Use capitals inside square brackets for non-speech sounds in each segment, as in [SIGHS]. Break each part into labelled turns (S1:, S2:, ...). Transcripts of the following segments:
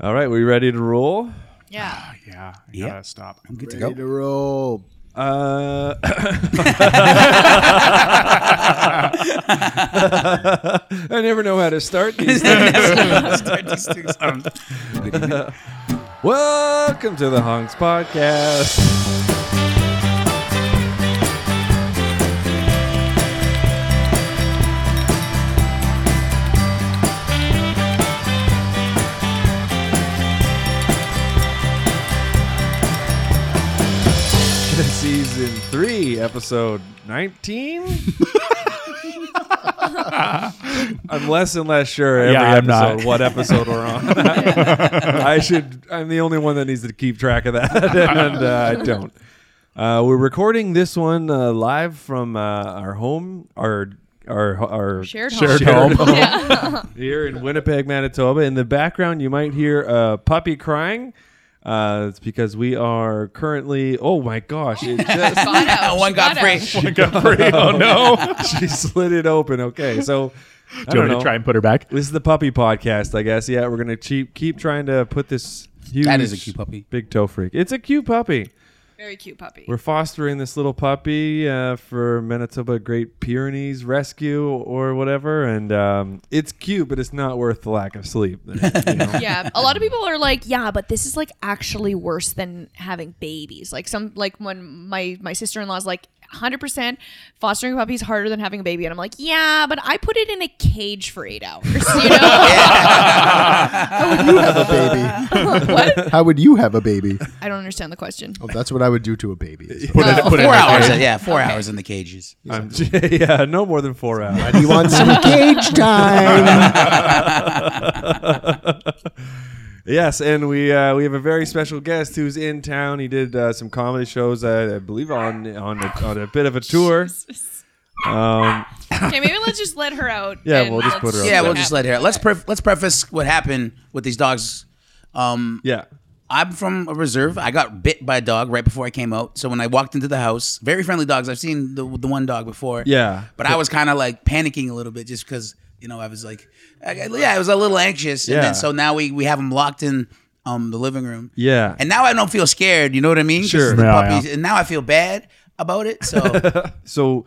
S1: All right, we ready to roll?
S2: Yeah.
S3: Yeah, I
S4: Yeah.
S3: gotta stop.
S4: I'm good to
S5: Ready
S4: go.
S5: to roll.
S1: [LAUGHS] Uh, I never know how to start [LAUGHS] these things.
S3: [LAUGHS]
S4: [LAUGHS]
S3: Um,
S1: Welcome to the Honks Podcast. Season 3, episode
S3: [LAUGHS]
S1: 19? I'm less and less sure every
S3: Yeah, I'm
S1: episode
S3: not.
S1: what episode we're
S3: [LAUGHS]
S1: on. I should. I'm the only one that needs to keep track of that, [LAUGHS] and uh, I don't. Uh, we're recording this one uh, live from uh, our home, our our our
S2: Shared home.
S3: Shared
S1: Shared
S3: home.
S1: here in Winnipeg, Manitoba. In the background, you might hear a puppy crying. Uh, it's because we are currently. Oh my gosh! It just
S2: Got out.
S4: One got
S2: Got
S4: free.
S2: out.
S3: I got free. Oh no!
S1: [LAUGHS] she slid it open. Okay, so I
S3: Do you
S1: don't
S3: want me
S1: know.
S3: to try and put her back?
S1: This is the puppy podcast, I guess. Yeah, we're gonna keep keep trying to put this huge.
S4: That is a cute puppy.
S1: Big toe freak. It's a cute puppy.
S2: Very cute puppy.
S1: We're [LAUGHS] fostering this little puppy uh, for Manitoba Great Pyrenees Rescue or whatever, and um, it's cute, but it's not worth the lack of
S4: [LAUGHS]
S1: sleep. you know?
S2: yeah. A lot of people are like, yeah, but this is like actually worse than having babies. Like some like when my my sister-in-law is like 100% fostering a puppy is harder than having a baby and I'm like, yeah, but I put it in a cage for 8 hours, you
S4: [LAUGHS]
S2: know?
S5: You have a
S2: [LAUGHS]
S5: baby.
S2: what?
S5: [LAUGHS] How would you have a baby?
S2: I don't understand the question.
S5: Well, that's what I would do to a baby. is
S3: Put it, put it in [LAUGHS]
S4: Four
S3: the
S4: hours.
S3: cage.
S4: Yeah, four hours in the cages.
S1: I'm- [LAUGHS] yeah, no more than four hours.
S5: what- You want some cage time?
S1: Yes, and we uh, we have a very special guest who's in town. He did uh, some comedy shows, uh, I believe, on on a, on a bit of a tour. Um,
S2: Okay, maybe let's just let her out.
S1: Yeah,
S2: and
S1: we'll just
S2: let's
S1: put her out.
S2: see
S4: Yeah,
S2: what
S4: we'll just let her. Let's pref- let's preface what happened with these dogs. Um,
S1: yeah,
S4: I'm from a reserve. I got bit by a dog right before I came out. So when I walked into the house, very friendly dogs. I've seen the the one dog before.
S1: Yeah.
S4: But I was kind of like panicking a little bit just because you know I was like, I, I- yeah, I was a little anxious. And
S1: Yeah.
S4: then so now we we have them locked in um the living room.
S1: yeah,
S4: And now I don't feel scared. You know what I mean? 'Cause
S1: Sure.
S4: The
S3: Yeah,
S4: puppies,
S3: yeah.
S4: And now I feel bad about it. So.
S1: so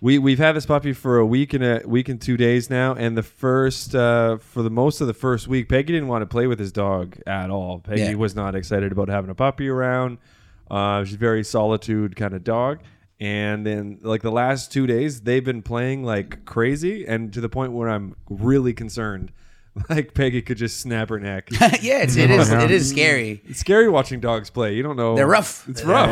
S1: we we've had this puppy for a week and a week and two days now and the first uh, for the most of the first week peggy didn't want to play with his dog at all peggy
S4: Yeah.
S1: was not excited about having a puppy around uh, she's a very solitude kind of dog and then like the last two days they've been playing like crazy and to the point where i'm really concerned [LAUGHS] like peggy could just snap her neck
S4: [LAUGHS] yeah,
S1: Oh,
S4: it's, it is. It is scary. [LAUGHS]
S1: it's scary watching dogs play you don't know
S4: They're rough.
S1: it's rough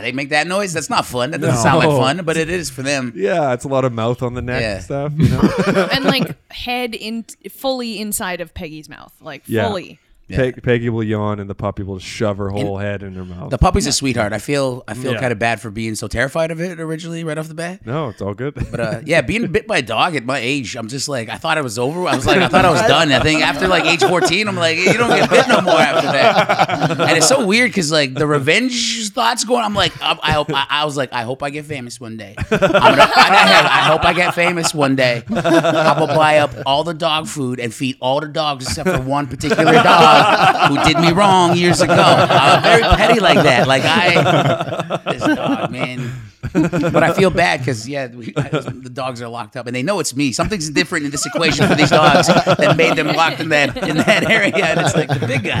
S4: They make that noise. That's not fun. That doesn't sound like
S1: No.
S4: fun, but it is for them.
S1: yeah it's a lot of mouth on the neck
S4: Yeah.
S1: and stuff you know
S2: [LAUGHS] and
S4: [LAUGHS]
S2: like head in fully inside of Peggy's mouth, like
S1: Yeah.
S2: fully.
S1: Peg, Peggy will yawn and the puppy will shove her whole head in her mouth.
S4: The puppy's a sweetheart. I feel. I feel
S1: Yeah.
S4: kind of bad for being so terrified of it originally, right off the bat.
S1: no, it's all good.
S4: But uh, yeah, being bit by a dog at my age, I'm just like, I thought it was over. I was like, I thought I was done. I think after like age 14, I'm like, you don't get bit no more after that. And it's so weird because like the revenge thoughts going. I'm like, I, I hope. I, I was like, I hope I get famous one day. I'm gonna, I, have, I hope I get famous one day. I'm gonna buy up all the dog food and feed all the dogs except for one particular dog who did me wrong years ago. I'm very petty like that. Like I, this dog man but I feel bad because yeah, we, the dogs are locked up, and they know it's me. Something's different in this equation for these dogs that made them locked in that in that area, and it's like the big guy. [LAUGHS]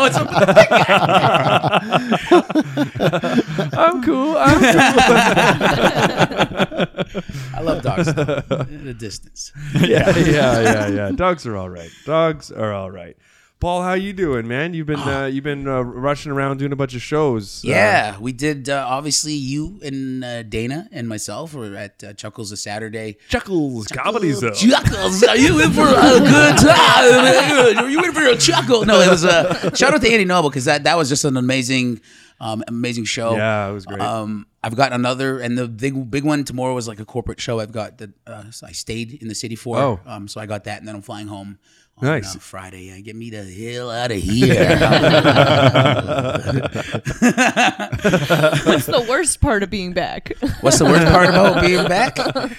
S4: What's up with the big guy?
S1: [LAUGHS] I'm cool. I'm
S4: [LAUGHS] I love dogs though, at a distance.
S1: yeah, yeah, yeah, yeah. Dogs are all right. Dogs are all right. Paul, how you doing, man? You've been
S4: [SIGHS]
S1: uh, you've been uh, rushing around doing a bunch of shows. uh,
S4: Oh. Yeah, we did. Uh, obviously, you and uh, Dana and myself were at uh, Chuckles a Saturday.
S1: Chuckles Comedy Zone.
S4: Chuckles, are you in for a good time? Are you in for a chuckle? No, it was uh, shout out to Andy Noble because that, that was just an amazing, um, amazing show.
S1: Yeah, it was great.
S4: Um, I've got another, and the big big one tomorrow was like a corporate show. I've got that uh, so I stayed in the city for.
S1: Oh.
S4: Um, so I got that, and then I'm flying home. On,
S1: Nice.
S4: uh, Friday. Uh, get me the hell out of here. [LAUGHS]
S2: That's the worst part of being back.
S4: What's the worst part about being back? [LAUGHS]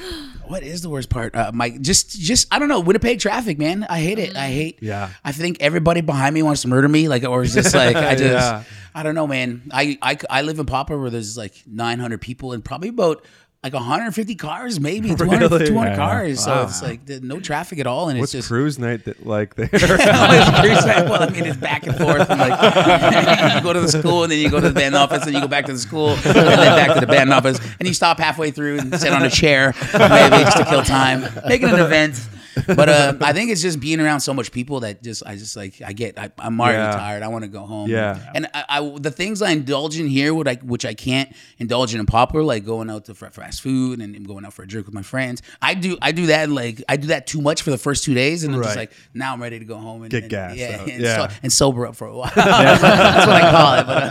S4: What is the worst part, uh, Mike? Just, just I don't know. Winnipeg traffic, man. I hate it. I hate.
S1: Yeah.
S4: I think everybody behind me wants to murder me, like, or is just
S1: [LAUGHS]
S4: like I just.
S1: Yeah.
S4: I don't know, man. I, I I live in Papa where there's like 900 people and probably about like 150
S1: [LAUGHS]
S4: cars, maybe 200,
S1: Really?
S4: 200
S1: Yeah.
S4: cars. So it's like th- no traffic at all, and
S1: What's
S4: it's just.
S1: cruise night that, like
S4: [LAUGHS]
S1: there? [LAUGHS]
S4: well, I mean, it's back and forth. And like, [LAUGHS] you go to the school, and then you go to the band office, and you go back to the school, and then back to the band office, and you stop halfway through and sit on a chair, maybe just to kill time, making an event. But uh, I think it's just being around so much people that just I just like I get I, I'm already
S1: Yeah.
S4: tired. I want to go home.
S1: Yeah.
S4: and I, I the things I indulge in here, would I which I can't indulge in in Poplar, like going out to fr- fast food and, and going out for a drink with my friends. I do I do that like I do that too much for the first two days, and I'm just
S1: Right.
S4: like now I'm ready to go home and
S1: Get
S4: and-
S1: gassed
S4: yeah,
S1: out.
S4: And,
S1: Yeah.
S4: so- and sober up for a
S1: [LAUGHS]
S4: while. [LAUGHS] That's what I call it. But,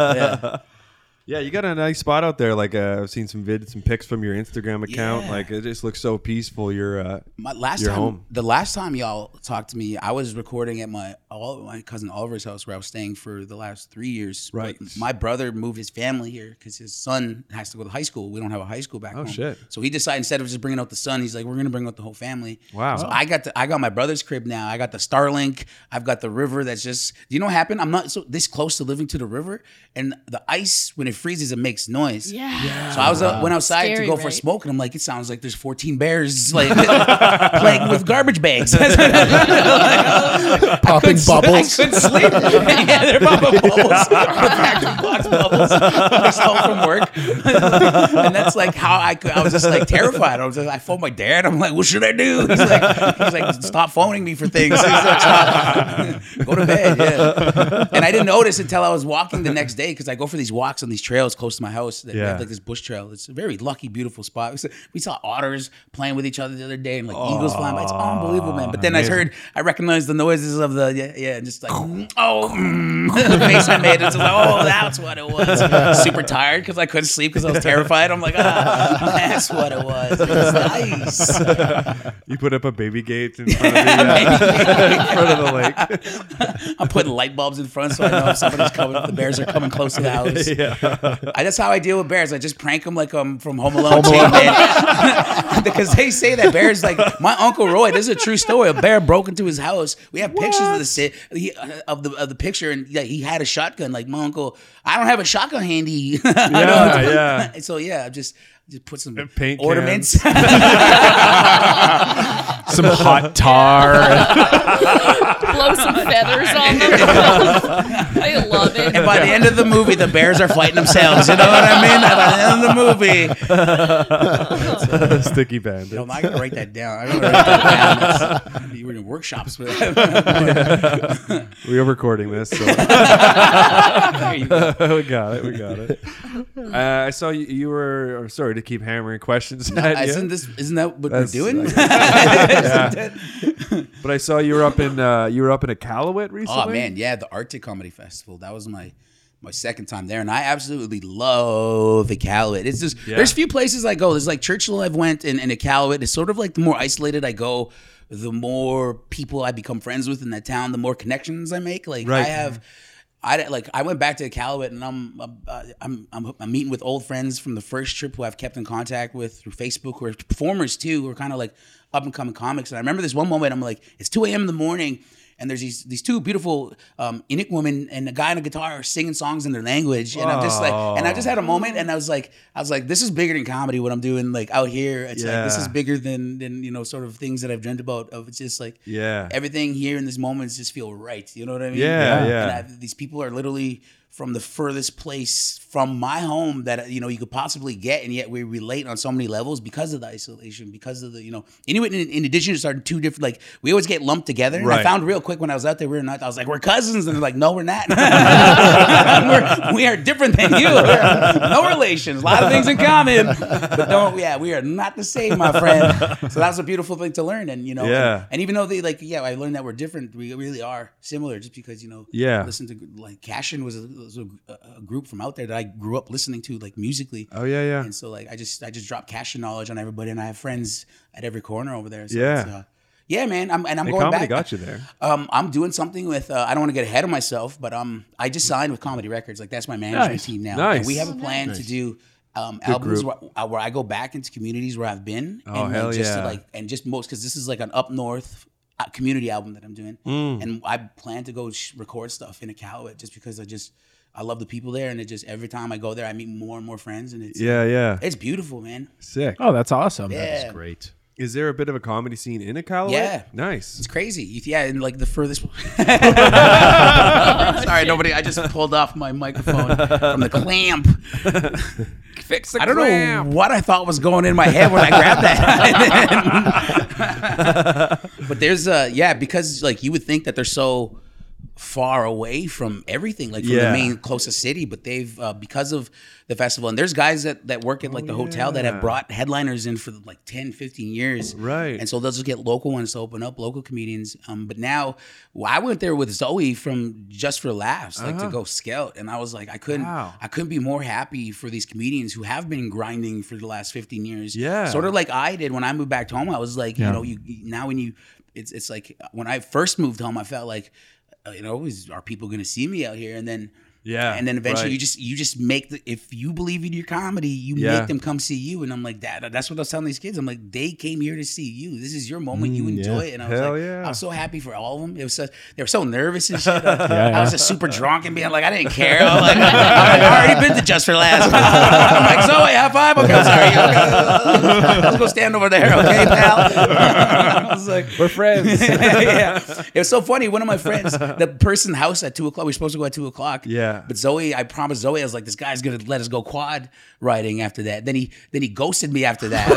S4: uh,
S1: yeah, you got a nice spot out there. Like uh, I've seen some vids, some pics from your Instagram account. Like it just looks so peaceful. Your uh,
S4: my last
S1: You're
S4: time,
S1: home.
S4: the last time y'all talked to me, I was recording at my all my cousin Oliver's house where I was staying for the last three years. But
S1: Right.
S4: my brother moved his family here because his son has to go to high school. We don't have a high school back
S1: Oh,
S4: home.
S1: shit.
S4: So he decided instead of just bringing out the son, he's like, we're gonna bring out the whole family.
S1: Wow.
S4: So I got the, I got my brother's crib now. I got the Starlink. I've got the river that's just. Do you know what happened? I'm not so this close to living to the river, and the ice when it freezes, it makes noise.
S2: Yeah.
S4: So I was uh, went outside to
S2: Scary,
S4: go for a
S2: right?
S4: smoke, and I'm like, it sounds like there's 14 bears [LAUGHS] like playing with garbage bags. [LAUGHS] I
S5: Popping
S4: couldn't-
S5: bubbles.
S4: I couldn't sleep. [LAUGHS] yeah, they're
S5: [LAUGHS]
S4: popping bubbles. Vacuum box bubbles. I was home from work, [LAUGHS] and that's like how I could. I was just like terrified. I was just, I phoned my dad. I'm like, what should I do? He's like, he's like, stop phoning me for things. He's like, stop. [LAUGHS] go to bed. Yeah. And I didn't notice until I was walking the next day because I go for these walks on these trails close to my house. That
S1: Yeah.
S4: have like this bush trail. It's a very lucky, beautiful spot. We saw, we saw otters playing with each other the other day, and like eagles flying. by. It's unbelievable, man. But then I heard, I recognized the noises of the yeah, yeah, and just like [LAUGHS] oh, mm, [LAUGHS] the face I made. It's just like oh, that's what it was. Super tired because I couldn't sleep because I was terrified. I'm like ah, [LAUGHS] that's what it was. It was nice.
S1: [LAUGHS] you put up a baby gate in front
S4: [LAUGHS]
S1: of the, uh, in front of the lake.
S4: I'm putting light bulbs in front so I know if somebody's coming. If the bears are coming close to
S1: [LAUGHS]
S4: the house. I, that's how I deal with bears. I just prank them like I'm from Home Alone. too, man. [LAUGHS] because they say that bears like my uncle Roy. This is a true story. A bear broke into his house. We have pictures of the sit he, uh, of the of the picture, and like, he had a shotgun. Like my uncle, I don't have a shotgun handy. [LAUGHS] I don't-
S1: Yeah, yeah. [LAUGHS]
S4: So yeah, I just just put some
S1: paint [LAUGHS]
S4: ornaments.
S3: Some
S1: [LAUGHS]
S3: hot
S4: [LAUGHS]
S3: tar. [LAUGHS]
S2: Blow some feathers on [LAUGHS] them. I love it.
S4: And by the end of the movie, the bears are fighting themselves. You know what I mean? By the end of the movie,
S1: Sticky bandit.
S4: No, I gotta write that down. I gotta write that down. That's- you were in workshops with
S1: We are recording this. So.
S4: [LAUGHS]
S1: [LAUGHS]
S4: There you go.
S1: we got it. We got
S4: [LAUGHS]
S1: it. Uh, I saw you, you were or sorry to keep hammering questions. at you.
S4: Uh, Isn't this? Isn't that what
S1: That's-
S4: we're doing?
S1: But I saw you were up in uh, you were up in a Callowet recently.
S4: oh man, yeah, the Arctic Comedy Festival. That was my my second time there, and I absolutely love the Iqaluit. It's just
S1: Yeah.
S4: there's few places I go. There's like Churchill I've went and, and Iqaluit. It's sort of like the more isolated I go, the more people I become friends with in that town, the more connections I make. Like I
S1: Right.
S4: have. I like I went back to Iqaluit and I'm I'm, uh, I'm I'm I'm meeting with old friends from the first trip who I've kept in contact with through Facebook who are performers too who are kind of like up and coming comics and I remember this one moment I'm like it's 2 a.m. in the morning and there's these these two beautiful um, Inuk women and a guy on a guitar are singing songs in their language and I'm just like and I just
S1: Oh.
S4: had a moment and I was like I was like this is bigger than comedy what I'm doing like out here it's like this
S1: Yeah.
S4: is bigger than than you know sort of things that I've dreamt about of it's just like
S1: Yeah.
S4: everything here in this moment just feel right you know what I mean
S1: Yeah, yeah.
S4: And I- these people are literally from the furthest place from my home that you know you could possibly get, and yet we relate on so many levels because of the isolation, because of the you know Inuit and and Indigenous are two different. Like we always get lumped together. And I
S3: Right.
S4: found real quick when I was out there, we were not. I was like, we're cousins, and they're like, no,
S1: [LAUGHS]
S4: we're not. [LAUGHS] we're, we are different than you. No relations. A lot of things in common, but don't. Yeah, we are not the same, my friend. So that was a beautiful thing to learn, and you know,
S1: Yeah.
S4: and even though they like, yeah, I learned that we're different. We really are similar, just because you know.
S1: Yeah.
S4: Listen to like Cashin was, a, was a, a group from out there that I grew up listening to, like musically.
S1: Oh yeah, yeah.
S4: And so like I just I just drop Cashin knowledge on everybody, and I have friends at every corner over there. So
S1: Yeah.
S4: it's, uh, yeah, man. I'm and I'm
S1: Hey,
S4: going
S1: comedy
S4: back.
S1: got you
S4: [LAUGHS]
S1: there.
S4: Um, I'm doing something with. Uh, I don't want to get ahead of myself, but um, I just signed with Comedy Records. Like that's my management
S3: Nice.
S4: team now.
S1: Nice.
S4: And we have a plan to do um, albums where, uh, where I go back into communities where I've been.
S1: Oh,
S4: and
S1: hell
S4: like, just
S1: yeah.
S4: To, like and just most because this is like an up north uh, community album that I'm doing,
S1: Mm.
S4: and I plan to go sh- record stuff in Iqaluit just because I just I love the people there, and it just every time I go there I meet more and more friends, and it's
S1: Yeah, yeah.
S4: it's beautiful, man.
S1: Sick.
S3: Oh, that's awesome.
S4: Yeah.
S3: great.
S1: Is there a bit of a comedy scene in a Callaway?
S4: Yeah.
S1: Nice.
S4: It's crazy. You- Yeah, and like the furthest. [LAUGHS] Sorry, nobody. I just pulled off my microphone from the clamp.
S1: [LAUGHS] Fix the
S4: I don't know what I thought was going in my head when I grabbed that. [LAUGHS] but there's uh yeah, because like you would think that they're so far away from everything, like from
S1: Yeah.
S4: the main closest city, but they've uh, because of the festival and there's guys that that work at like the hotel that have brought headliners in for like 10, 15 years.
S1: Right.
S4: And so they'll just get local ones to open up, local comedians. Um, but now well, I went there with Zoe from Just for Laughs, like to go scout, and I was like, I couldn't,
S1: Uh-huh. Wow.
S4: I couldn't be more happy for these comedians who have been grinding for the last fifteen years.
S1: Yeah.
S4: sort of like I did when I moved back to home. I was like, you know, you now when you, it's it's like when I first moved home, I felt like, uh, you know, is, are people going to see me out here? And then.
S1: Yeah,
S4: and then eventually
S1: right.
S4: you just you just make the if you believe in your comedy you
S1: Yeah.
S4: make them come see you and I'm like that that's what I was telling these kids I'm like they came here to see you this is your moment you enjoy it and I was
S1: Mm, Hell
S4: like
S1: yeah.
S4: I was so happy for all of them it was so, they were so nervous
S1: [LAUGHS]
S4: and shit I, I was just super drunk and being like I didn't care I'm like [LAUGHS] I've already been to Just for Last I'm like Zoe high five okay I'm sorry okay. [LAUGHS] let's go stand over there okay pal [LAUGHS] I was like
S3: We're friends.
S4: [LAUGHS] yeah. It was so funny. One of my friends, the person's house at two o'clock. We were supposed to go at two o'clock.
S1: Yeah.
S4: But Zoe, I promised Zoe, I was like, this guy's gonna let us go quad riding after that. Then he then he ghosted me after that.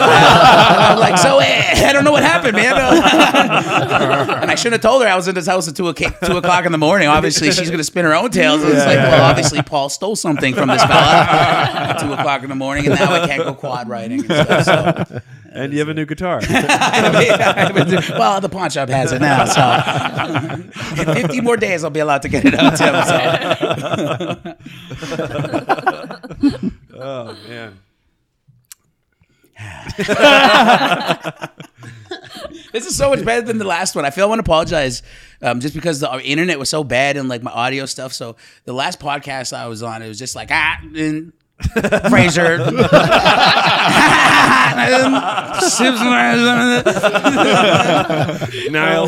S4: [LAUGHS] I'm like, Zoe, I don't know what happened, man. [LAUGHS] and I shouldn't have told her I was in this house at two o'clock, two o'clock in the morning. Obviously, she's gonna spin her own tails. It's like, well, obviously, Paul stole something from this fella at two o'clock in the morning, and now I can't go quad riding. And stuff, so.
S1: And you have a new
S4: [LAUGHS]
S1: guitar. [LAUGHS]
S4: I mean, [LAUGHS] well, the pawn shop has it now, so [LAUGHS] in 50 more days I'll be allowed to get it out to him. So.
S1: oh man.
S4: This is so much better than the last one. I feel I want to apologize um, just because the our internet was so bad and like my audio stuff. So the last podcast I was on, it was just like ah. [LAUGHS] And, Fraser,
S1: Niall.
S4: [LAUGHS] [LAUGHS]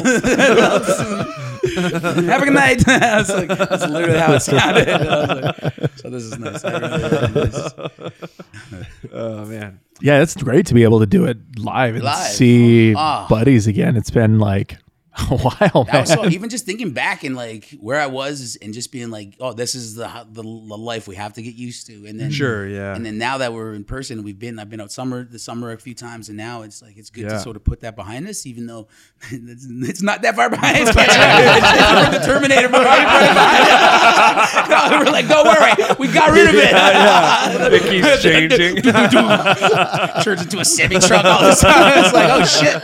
S4: have a good night. [LAUGHS] I was like, that's literally how it sounded. [LAUGHS] I was like, so this is nice. I really love this.
S1: oh man.
S3: yeah, it's great to be able to do it live and
S4: Live.
S3: see
S4: Ah.
S3: buddies again. It's been like [LAUGHS] a while,
S4: I
S3: man. [LAUGHS]
S4: was so,
S1: [LAUGHS]
S4: even just thinking back and like where I was and just being like, oh, this is the the, the life we have to get used to. And then
S1: Sure, yeah. [LAUGHS]
S4: And then now that we're in person, we've been I've been out summer the summer a few times, and now it's like it's good
S1: Yeah.
S4: to sort of put that behind us, even though [LAUGHS] it's, it's not that far
S1: [LAUGHS]
S4: behind. us. we're the Terminator, we're already put it behind us. [LAUGHS] No, we're like, don't worry, we got rid of it.
S1: It
S4: [LAUGHS]
S1: keeps changing.
S4: turns into a semi truck all of a sudden. It's like, oh shit,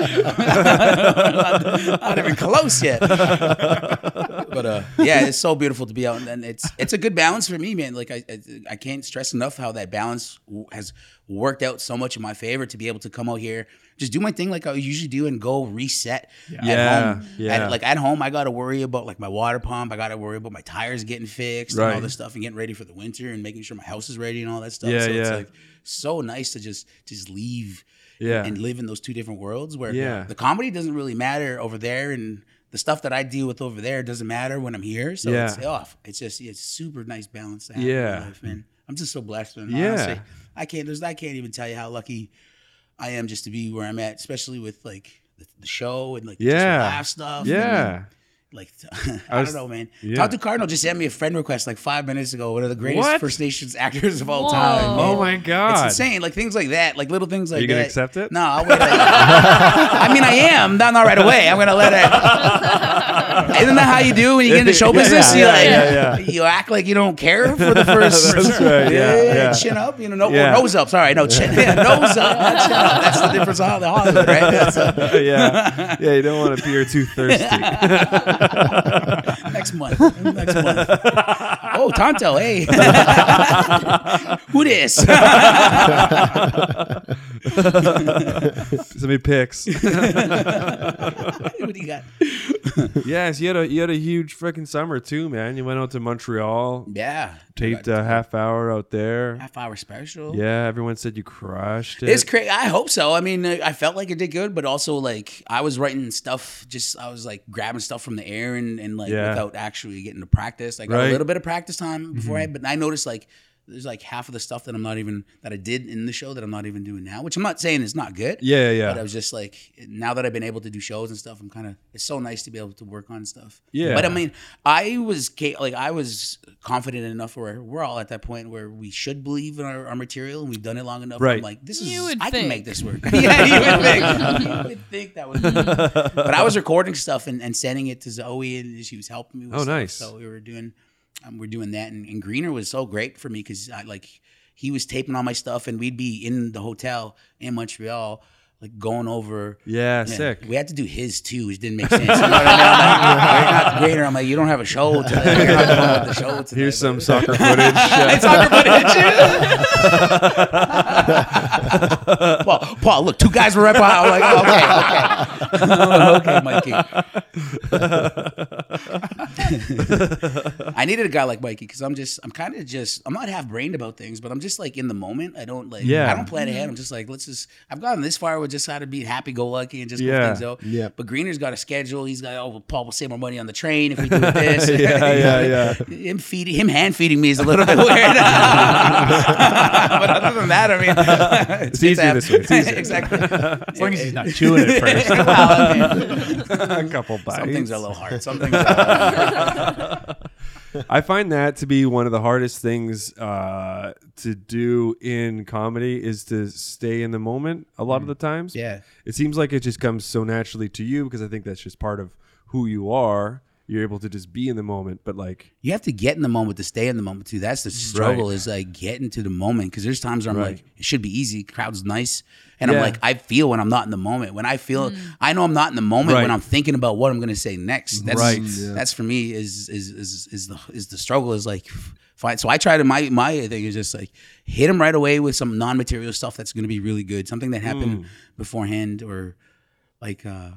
S4: not, [LAUGHS] not even close yet. but uh, yeah, it's so beautiful to be out, and, and it's it's a good balance for me, man. Like I, I I can't stress enough how that balance w- has worked out so much in my favor to be able to come out here. Just do my thing like I usually do and go reset at
S1: Yeah,
S4: home.
S1: yeah.
S4: At- like at home, I gotta worry about like my water pump. I gotta worry about my tires getting fixed and
S1: Right.
S4: all this stuff and getting ready for the winter and making sure my house is ready and all that stuff.
S1: Yeah,
S4: so it's
S1: yeah.
S4: like so nice to just just leave
S1: Yeah.
S4: and live in those two different worlds where
S1: Yeah.
S4: the comedy doesn't really matter over there and the stuff that I deal with over there doesn't matter when I'm here. So
S1: Yeah.
S4: it's off. It's just it's super nice balance to have in
S1: Yeah.
S4: my life, man. I'm just so blessed, man.
S1: Yeah.
S4: Honestly, I can't there's I can't even tell you how lucky I am just to be where I'm at, especially with like the, the show and like just
S1: Yeah.
S4: live stuff. and,
S1: yeah.
S4: like [LAUGHS] I
S1: was-
S4: don't know, man.
S1: yeah.
S4: Talk to Cardinal just sent me a friend request like five minutes ago. One of the greatest
S1: What?
S4: First Nations actors of all
S2: Whoa.
S4: time. man.
S1: Oh my god!
S4: It's
S1: [LAUGHS]
S4: insane. Like things like that, like little things like
S1: you gonna
S4: that.
S1: accept it?
S4: No, I'll wait. I mean, I am. Not not right away. I'm gonna let it. Isn't that how you do when you get into show
S1: Yeah,
S4: business?
S1: yeah,
S4: you
S1: yeah,
S4: like
S1: yeah, yeah.
S4: you act like you don't care for the first.
S1: [LAUGHS] That's right, yeah, yeah.
S4: Chin up, you know, no,
S1: Yeah.
S4: or nose up. Sorry, no chin.
S1: [LAUGHS]
S4: Yeah, nose up. Not chin up. That's the difference of Hollywood, right? That's uh,
S1: [LAUGHS] yeah, yeah. You don't want to appear too thirsty.
S4: [LAUGHS]
S1: [LAUGHS]
S4: next month. Next month. Oh, Tonto, hey. [LAUGHS] Who this? [LAUGHS]
S1: So many [LAUGHS] picks.
S4: what do you got?
S1: yes, you had a you had a huge freaking summer too, man. You went out to Montreal,
S4: Yeah.
S1: taped a half hour out there.
S4: Half hour special.
S1: Yeah, everyone said you crushed it.
S4: It's crazy. I hope so. I mean, I I felt like it did good, but also like I was writing stuff. Just I was like grabbing stuff from the air and, and like
S1: Yeah.
S4: without actually getting to practice. I got
S1: Right. Mm-hmm.
S4: a little bit of practice time before I, but I noticed like there's like half of the stuff that I'm not even that I did in the show that I'm not even doing now. Which I'm not saying is not good.
S1: yeah, yeah,
S4: But uh, I
S1: yeah.
S4: was just like, now that I've been able to do shows and stuff, I'm kind of. It's so nice to be able to work on stuff.
S1: Yeah.
S4: But I mean, I was ca- like, I was confident enough where we're all at that point where we should believe in our, our material and we've done it long enough.
S1: Right.
S4: I'm like, this
S2: You
S4: is.
S2: would
S4: I can
S2: think.
S4: make this
S2: [LAUGHS]
S4: work. [LAUGHS] yeah, you would think. you would think that would. Be. but I was recording stuff and, and sending it to Zoe, and she was helping me. with
S1: Oh,
S4: stuff.
S1: nice.
S4: So we were doing, um, we're doing that, and, and Greener was so great for me because I like he was taping all my stuff, and we'd be in the hotel in Montreal, like going over.
S1: Yeah,
S4: Yeah,
S1: sick.
S4: We had to do his too, which didn't make sense. You know what I mean? I'm like, [LAUGHS] "You're not Greener, I'm like, you don't have a show today. You're not the one with the show today.
S1: Here's some
S4: But- [LAUGHS]
S1: soccer footage.
S4: it's on [LAUGHS] Paul, Paul, look, two guys were right behind. I'm like, okay, okay. [LAUGHS] okay, Mikey. [LAUGHS] I needed a guy like Mikey because I'm just, I'm kind of just, I'm not half brained about things, but I'm just like in the moment. I don't like,
S1: Yeah.
S4: I don't plan ahead. I'm just like, let's just, I've gotten this far with just how to be happy go lucky and just
S1: Yeah.
S4: go things out.
S5: Yeah.
S4: But Greener's got a schedule. He's got, oh, well, Paul will save more money on the train if we do this.
S1: [LAUGHS]
S4: [LAUGHS]
S1: Yeah, yeah, yeah.
S4: Him feeding, him hand feeding me is a little bit weird. [LAUGHS] but other than that, I mean, it's,
S1: easy
S4: good to
S1: this way, [LAUGHS]
S4: have- [LAUGHS]
S1: it's easier.
S4: exactly.
S3: As long as he's
S4: [LAUGHS]
S3: not chewing it first.
S4: Well, I
S1: [LAUGHS]
S4: mean,
S1: a couple bites.
S4: some things are a little hard. Some things. Are a
S3: [LAUGHS]
S4: little hard.
S1: I find that to be one of the hardest things uh, to do in comedy is to stay in the moment a lot of the times.
S4: Yeah.
S1: It seems like it just comes so naturally to you because I think that's just part of who you are. You're able to just be in the moment, but like,
S4: You have to get in the moment to stay in the moment too. That's the struggle is like getting to the moment because there's times where I'm
S1: Right.
S4: like, it should be easy, crowd's nice, and
S1: Yeah.
S4: I'm like, I feel when I'm not in the moment. When I feel, I know I'm not in the moment
S1: Right.
S4: when I'm thinking about what I'm gonna say next. That's,
S1: Right.
S4: That's for me is is is is the is the struggle is like. Fine. So I try to my my thing is just like hit him right away with some non-material stuff that's going to be really good, something that
S1: Mm.
S4: happened beforehand or like uh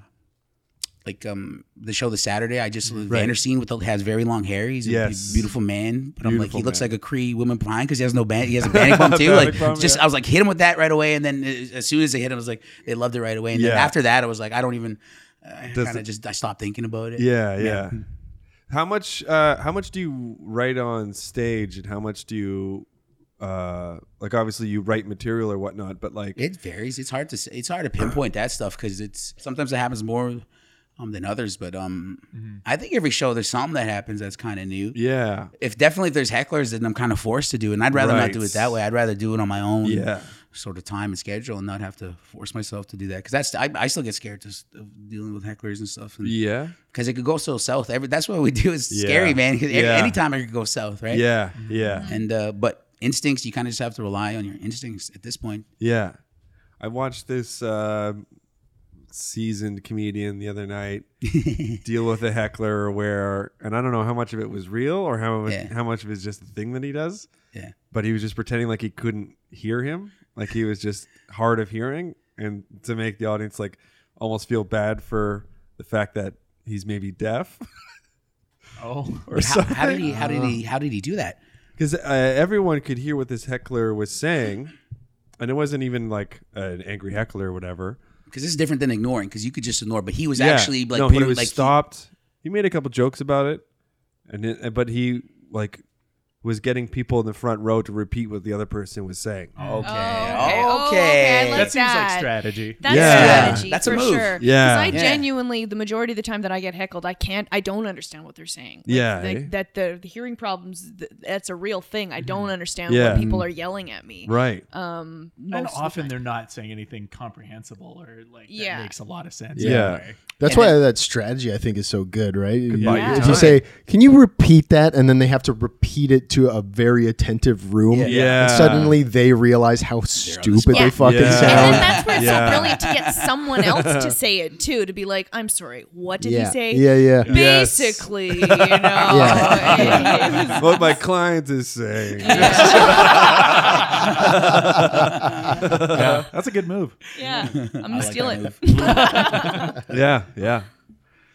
S4: like um the show the Saturday. I just Vander Steen with the, has very long hair. He's a
S1: Mm-hmm. Yes.
S4: be- beautiful man, but I'm like
S1: Beautiful
S4: he looks
S1: man.
S4: like a Cree woman behind because he has no band.
S1: [LAUGHS]
S4: He has a panic bump too.
S1: Panic
S4: like
S1: bump,
S4: just
S1: yeah.
S4: I was like hit him with that right away, and then uh, as soon as they hit him, I was like they loved it right away. And then
S1: Yeah.
S4: after that, I was like I don't even. I
S1: Does
S4: kind
S1: it-
S4: of just I stopped thinking about it.
S1: yeah, yeah. [LAUGHS] How much? Uh, how much do you write on stage, and how much do you? Uh, like obviously you write material or whatnot, but like
S4: It varies. It's hard to say. It's hard to pinpoint that stuff because it's sometimes it happens more um, than others. But um,
S1: Mm-hmm.
S4: I think every show there's something that happens that's kind of new.
S1: yeah,
S4: If definitely if there's hecklers, then I'm kind of forced to do, it. and I'd rather
S1: Right.
S4: not do it that way. I'd rather do it on my own.
S1: yeah,
S4: sort of time and schedule and not have to force myself to do that because that's I, I still get scared to, s- of dealing with hecklers and stuff because
S1: yeah,
S4: it could go so south every that's what we do is
S1: Yeah.
S4: scary man 'cause
S1: Yeah.
S4: any, anytime it could go south right
S1: yeah, yeah.
S4: and uh but instincts you kind of just have to rely on your instincts at this point
S1: Yeah. I watched this uh, seasoned comedian the other
S4: [LAUGHS]
S1: night deal with a heckler where, and I don't know how much of it was real or how much,
S4: Yeah.
S1: how much of it is just the thing that he does,
S4: yeah
S1: but he was just pretending like he couldn't hear him. Like he was just hard of hearing and to make the audience like almost feel bad for the fact that he's maybe deaf [LAUGHS]
S3: Oh.
S1: or
S4: how,
S1: something.
S4: how did he how did he how did he do that
S1: because uh, everyone could hear what this heckler was saying, and it wasn't even like an angry heckler or whatever.
S4: because this is different than ignoring because you could just ignore but he was
S1: Yeah.
S4: actually like
S1: no,
S4: put
S1: he
S4: it-
S1: was
S4: like
S1: stopped. He, made a couple jokes about it, and it, but he like was getting people in the front row to repeat what the other person was saying.
S4: Okay.
S2: okay. Oh, okay, I
S4: Okay.
S2: like
S3: that seems like
S2: that.
S3: strategy.
S2: That's
S1: Yeah.
S2: strategy.
S4: Yeah, that's a
S2: for
S4: move.
S2: Sure.
S1: Yeah.
S2: Because I
S4: Yeah.
S2: genuinely, the majority of the time that I get heckled, I can't, I don't understand what they're saying. Like,
S1: Yeah,
S2: Like,
S1: eh?
S2: that the, the hearing problems, th- that's a real thing. I
S3: Mm-hmm.
S2: don't understand
S1: Yeah.
S2: what people are yelling at me.
S1: Right.
S2: Um,
S3: and
S2: most of the
S3: often
S2: time.
S3: they're not saying anything comprehensible or like that
S2: Yeah.
S3: makes a lot of sense.
S1: Yeah.
S3: anyway.
S5: That's
S4: And
S5: why that strategy I think is so good, right? You,
S1: buy
S2: you
S5: if
S2: time.
S5: you say, "Can you repeat that?" and then they have to repeat it to a very attentive room,
S1: Yeah.
S5: and suddenly they realize how stupid
S2: Yeah.
S5: they fucking
S1: Yeah.
S2: And then
S5: sound.
S2: that's where it's
S1: Yeah.
S2: so brilliant to get someone else to say it too, to be like, I'm sorry, what did
S5: yeah.
S2: he say?
S5: yeah, yeah,
S1: Yes.
S2: Basically, you know.
S5: Yeah.
S2: it
S1: [LAUGHS]
S2: was-
S1: what my client is saying.
S3: That's a good move.
S4: [LAUGHS]
S2: yeah. I'm gonna steal it.
S1: Yeah, yeah.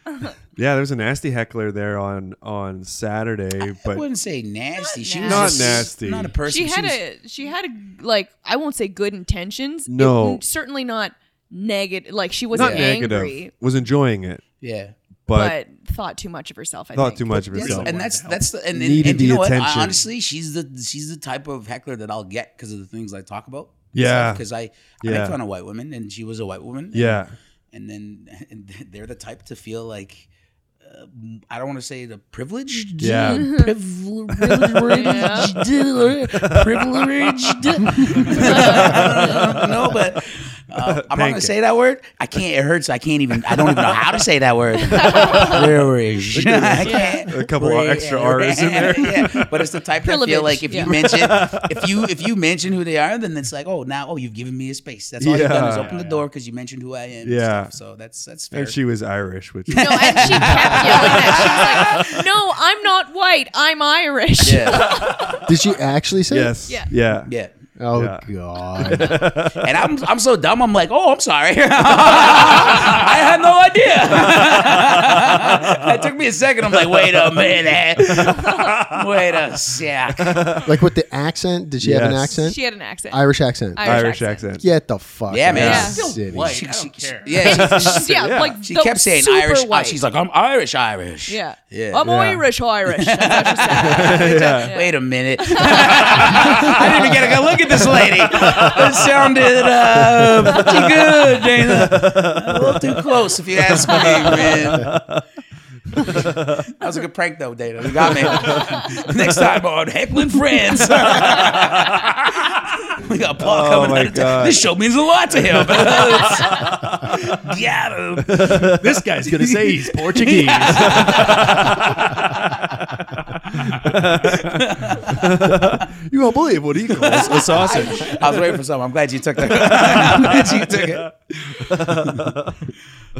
S1: yeah, there was a nasty heckler there on on Saturday,
S4: I
S1: but
S4: wouldn't say nasty. She was
S1: Not
S4: just
S1: nasty.
S4: Not a person.
S2: She had
S4: was-
S2: a she had a like I won't say good intentions. It
S1: No.
S2: wouldn't- certainly not negative. Like she wasn't
S1: not
S2: angry,
S1: negative. Was enjoying it,
S4: Yeah.
S1: but,
S2: but thought too much of herself. I
S1: thought
S2: think.
S1: too much
S2: [LAUGHS]
S1: of
S4: Yes,
S1: herself.
S4: and that's that's the and, and,
S1: Needed
S4: and you
S1: the
S4: know what?
S1: attention.
S4: I, honestly, she's the she's the type of heckler that I'll get because of the things I talk about.
S1: Yeah.
S4: because I I
S1: Yeah.
S4: make fun of white women, and she was a white woman. and-
S1: yeah,
S4: and then and they're the type to feel like. uh, I don't want to say the privileged,
S1: Yeah.
S4: [LAUGHS] privileged, privileged. [LAUGHS] no, but uh, I'm not gonna
S1: Pancake.
S4: say that word. I can't. It hurts. I can't even. I don't even know how to say that
S2: [LAUGHS]
S4: word. Privilege. I can't.
S1: A couple of extra R's in there.
S4: [LAUGHS] Yeah, but it's the type that feel
S2: Privilege,
S4: like if
S2: yeah.
S4: you
S2: [LAUGHS]
S4: mention if you if you mention who they are, then it's like, oh, now oh, you've given me a space. That's all you've done is
S1: Yeah.
S4: open the door because you mentioned who I am. and
S1: Yeah.
S4: stuff. So that's that's fair.
S1: and she was Irish, which [LAUGHS]
S2: No, and she kept yelling at. She was like, "No, I'm not white. I'm Irish."
S4: yeah,
S5: [LAUGHS] Did she actually say?
S1: yes,
S2: Yeah.
S1: yeah,
S4: yeah.
S5: Oh
S1: Yeah.
S5: god.
S4: And I'm I'm so dumb. I'm like, oh, I'm sorry. [LAUGHS] I had no idea. [LAUGHS] it took me a second. I'm like, wait a minute. [LAUGHS] wait a sec.
S5: like with the accent? Did she have an
S1: Yes.
S5: accent?
S2: She had an accent. [LAUGHS]
S5: Irish accent.
S2: Irish
S1: Irish
S2: accent.
S1: accent.
S5: Get the fuck.
S4: Yeah,
S5: out
S4: man.
S5: of
S2: Yeah.
S5: this
S4: Still
S5: city.
S4: white.
S3: I don't care.
S4: Yeah, she,
S2: She's- yeah,
S1: Yeah.
S2: like [LAUGHS]
S4: she
S2: the
S4: kept saying
S2: super
S4: Irish. Oh,
S2: White.
S4: she's like, I'm Irish, Irish.
S2: "Yeah, Oh,
S4: yeah.
S2: I'm
S1: Yeah.
S2: Irish, Irish." That's what she
S1: [LAUGHS]
S2: said.
S4: [LAUGHS] Wait a minute. [LAUGHS] I didn't even get a good look at this lady. It sounded uh, pretty good, Dana. A little too close, if you ask me, man. That was a good prank, though, Dana. You got me. [LAUGHS] Next time on Heckling Friends. [LAUGHS] we got Paul
S1: Oh,
S4: coming
S1: my
S4: out of town.
S1: God.
S4: This show means a lot to
S1: [LAUGHS]
S4: him. [LAUGHS] Got him.
S3: This guy's gonna say [LAUGHS]
S4: [LAUGHS]
S3: he's Portuguese.
S1: You won't believe what he
S4: [LAUGHS]
S1: calls a sausage.
S4: I was waiting for something. I'm glad you took that. [LAUGHS] I'm glad you took it.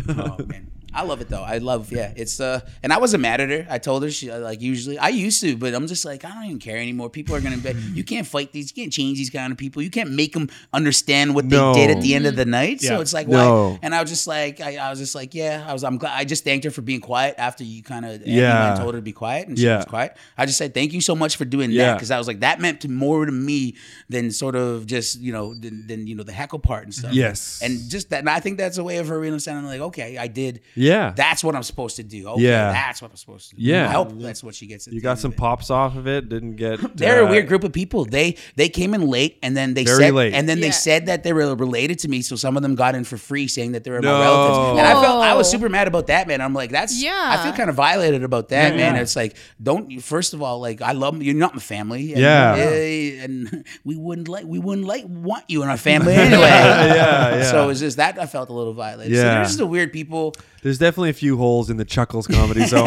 S4: [LAUGHS] oh man, I love it though. I love yeah. It's uh, and I wasn't mad at her. I told her she uh, like usually I used to, but I'm just like I don't even care anymore. People are gonna [LAUGHS] be. You can't fight these. You can't change these kind of people. You can't make them understand what they
S1: No.
S4: did at the end of the night.
S3: Yeah.
S4: So it's like
S1: No.
S4: why? And I was just like I, I was just like yeah. I was I'm glad. I just thanked her for being quiet after you kind of
S1: Yeah.
S4: told her to be quiet and she
S1: Yeah.
S4: was quiet. I just said thank you so much for doing that
S1: Yeah.
S4: because I was like that meant to more to me than sort of just you know than, than you know the heckle part and stuff.
S1: Yes.
S4: and just that. And I think that's a way of her really sounding like okay, I did.
S1: Yeah,
S4: That's what I'm supposed to do. Okay,
S1: Yeah.
S4: that's what I'm supposed to do.
S1: Yeah.
S4: I hope that's what she gets.
S1: [LAUGHS]
S4: at
S1: you
S4: the
S1: got
S4: end
S1: some
S4: of it.
S1: pops off of it. Didn't get.
S4: [LAUGHS] They're
S1: uh,
S4: a weird group of people. They they came in late and then they
S1: Very
S4: said
S1: late.
S4: and then
S2: Yeah.
S4: they said that they were related to me. So some of them got in for free, saying that they were
S1: No.
S4: my relatives. And I felt I was
S2: Whoa.
S4: super mad about that, man. I'm like, that's
S2: Oh. Yeah.
S4: I feel kind of violated about that, man. It's like, don't first of all, like I love you're not my family. And,
S1: Yeah.
S4: uh, and we wouldn't like we wouldn't like want you in our family anyway. yeah,
S1: [LAUGHS] yeah.
S4: So it's just that I felt a little violated. So
S1: Yeah.
S4: there's just the weird people.
S1: There's definitely a few holes in the Chuckles
S4: [LAUGHS]
S1: comedy zone.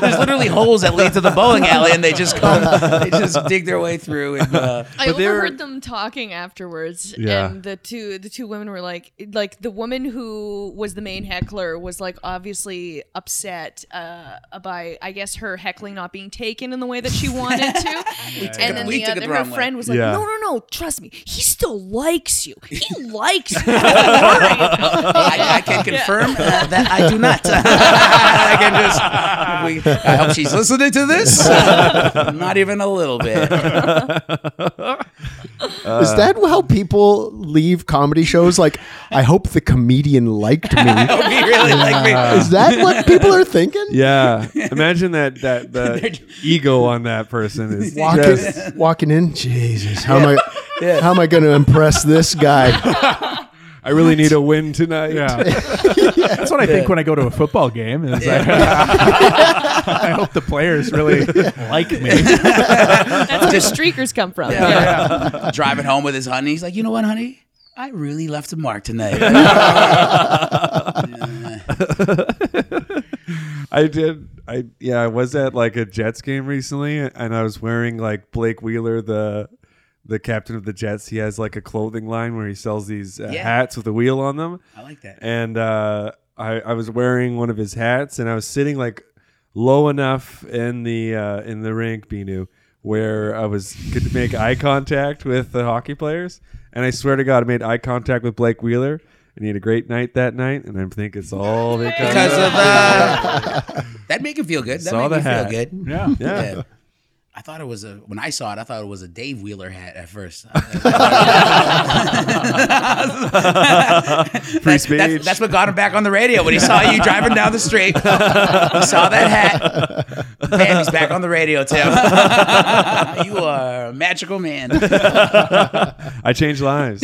S4: There's literally holes that lead to the bowling alley, and they just come, they just dig their way through. And, uh,
S2: I
S1: But they were-
S2: overheard them talking afterwards,
S1: Yeah.
S2: and the two the two women were like, like the woman who was the main heckler was like obviously upset uh, by I guess her heckling not being taken in the way that she wanted
S4: [LAUGHS]
S2: to, and then
S4: we
S2: the
S4: took it
S2: other
S4: the
S2: her
S4: wrong way.
S2: friend was like,
S1: Yeah.
S2: no, no, no, trust me, he still likes you, he
S4: [LAUGHS]
S2: likes you. Don't worry."
S4: I, I can confirm uh, that I do not. [LAUGHS] I can just. We, I hope she's
S1: [LAUGHS]
S4: [LAUGHS] listening to this. not even a little bit.
S5: Is that how people leave comedy shows? Like, I hope the comedian liked
S4: [LAUGHS]
S5: me.
S4: He really like me.
S5: Is that what people are thinking?
S1: Yeah, imagine that that
S4: [LAUGHS]
S1: the ego on that person is
S5: Walking,
S1: just
S5: walking in, Jesus, how am I? How am I going to impress
S4: [LAUGHS]
S5: this guy?
S1: I really need a win tonight. [LAUGHS]
S3: That's what I think when I go to a football game. Is
S4: [LAUGHS]
S3: I, I hope the players really like me.
S4: [LAUGHS]
S2: That's where the streakers come from. Yeah.
S1: [LAUGHS]
S4: Driving home with his honey. He's like, you know what, honey? I really left a mark tonight.
S1: [LAUGHS] [LAUGHS] I did. I yeah, I was at like a Jets game recently, and I was wearing like Blake Wheeler, the the captain of the Jets. He has like a clothing line where he sells these uh,
S4: Yeah.
S1: hats with a wheel on them.
S4: I like that.
S1: And uh, I I was wearing one of his hats, and I was sitting like low enough in the uh, in the rink, Binu, where I was could make eye contact with the hockey players. And I swear to God, I made eye contact with Blake Wheeler. And he had a great night that night, and I think it's all because
S4: Because [LAUGHS] of the. That'd make him feel good. That'd
S1: Saw
S4: make
S1: the
S4: him
S1: hat.
S4: feel good.
S3: Yeah.
S1: yeah.
S4: I thought it was a when I saw it. I thought it was a Dave Wheeler hat at first. [LAUGHS]
S1: Free
S4: That's- That's, that's what got him back on the radio when he saw you driving down the street. he saw that hat. Man, he's back on the radio, Tim. [LAUGHS] you are a magical man.
S1: I change
S4: [LAUGHS]
S1: lives.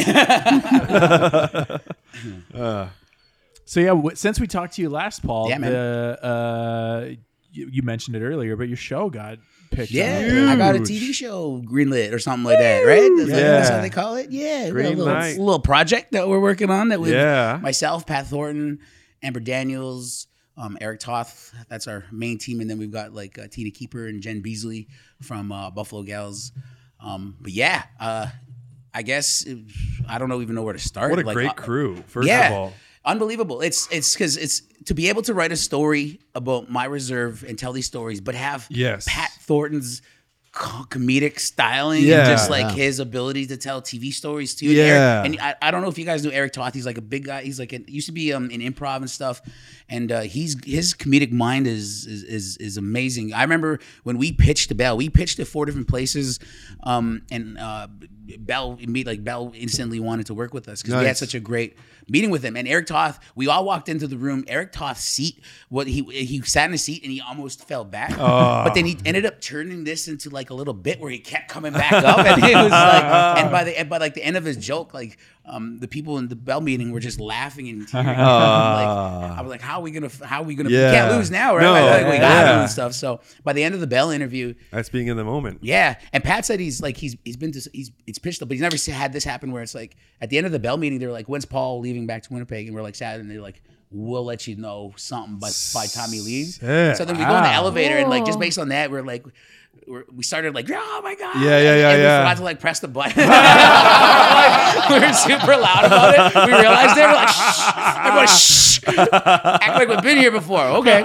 S3: So yeah, w- since we talked to you last, Paul,
S4: Yeah, man.
S3: the, uh, you, you mentioned it earlier, but your show got picked
S4: Yeah,
S3: up.
S4: I got a TV show greenlit or something like that, right? That's, like- that's
S1: Yeah.
S4: how they call it. Yeah, we got a
S1: Green
S4: little,
S1: light.
S4: little project that we're working on that with
S1: Yeah.
S4: myself, Pat Thornton, Amber Daniels, um, Eric Toth. That's our main team, and then we've got like uh, Tina Keeper and Jen Beasley from uh, Buffalo Gals. Um, but yeah, uh, I guess it- I don't know even know where to start.
S1: What a
S4: Like,
S1: great
S4: uh,
S1: crew, first of all.
S4: Unbelievable. It's it's because it's to be able to write a story about my reserve and tell these stories, but have
S1: Yes.
S4: Pat Thornton's co- comedic styling
S1: Yeah.
S4: and just like his ability to tell TV stories too. And
S1: Yeah.
S4: Eric- And I, I don't know if you guys knew Eric Toth. He's like a big guy. He's like an, used to be um, in improv and stuff. And uh, he's his comedic mind is, is is is amazing. I remember when we pitched to Bell, we pitched at four different places, um, and uh, Bell imme- like Bell instantly wanted to work with us because we had
S5: Nice.
S4: such a great meeting with him. And Eric Toth, we all walked into the room. Eric Toth's seat, what he he sat in his seat and he almost fell back.
S1: Ah.
S4: But then he ended up turning this into like a little bit where he kept coming back up, and
S1: [LAUGHS]
S4: it was like, and by the and by like the end of his joke, like um, the people in the bell meeting were just laughing and tearing. up. like, I was like, how are we gonna how are we gonna
S1: Ah. Yeah.
S4: we can't lose now, right?
S1: No.
S4: Like, we got
S1: Yeah.
S4: to and stuff. So by the end of the bell interview,
S1: That's being in the moment.
S4: yeah, and Pat said he's like he's he's been dis- he's it's pitched up, but he's never se- had this happen where it's like at the end of the Bell meeting they're like, "When's Paul leaving back to Winnipeg?" And we're like sad, and they're like, "We'll let you know something by by the time he leaves."
S1: Sick.
S4: So then we go in the
S3: Wow.
S4: elevator and like just
S2: Whoa.
S4: based on that we're like. We're, we started like, oh my god!
S1: Yeah, yeah, yeah,
S4: And
S1: yeah.
S4: we forgot to like press the button. [LAUGHS] Like, [LAUGHS] we were super loud about it. We realized they were like, shh, everyone, shh, act like we've been here before. Okay.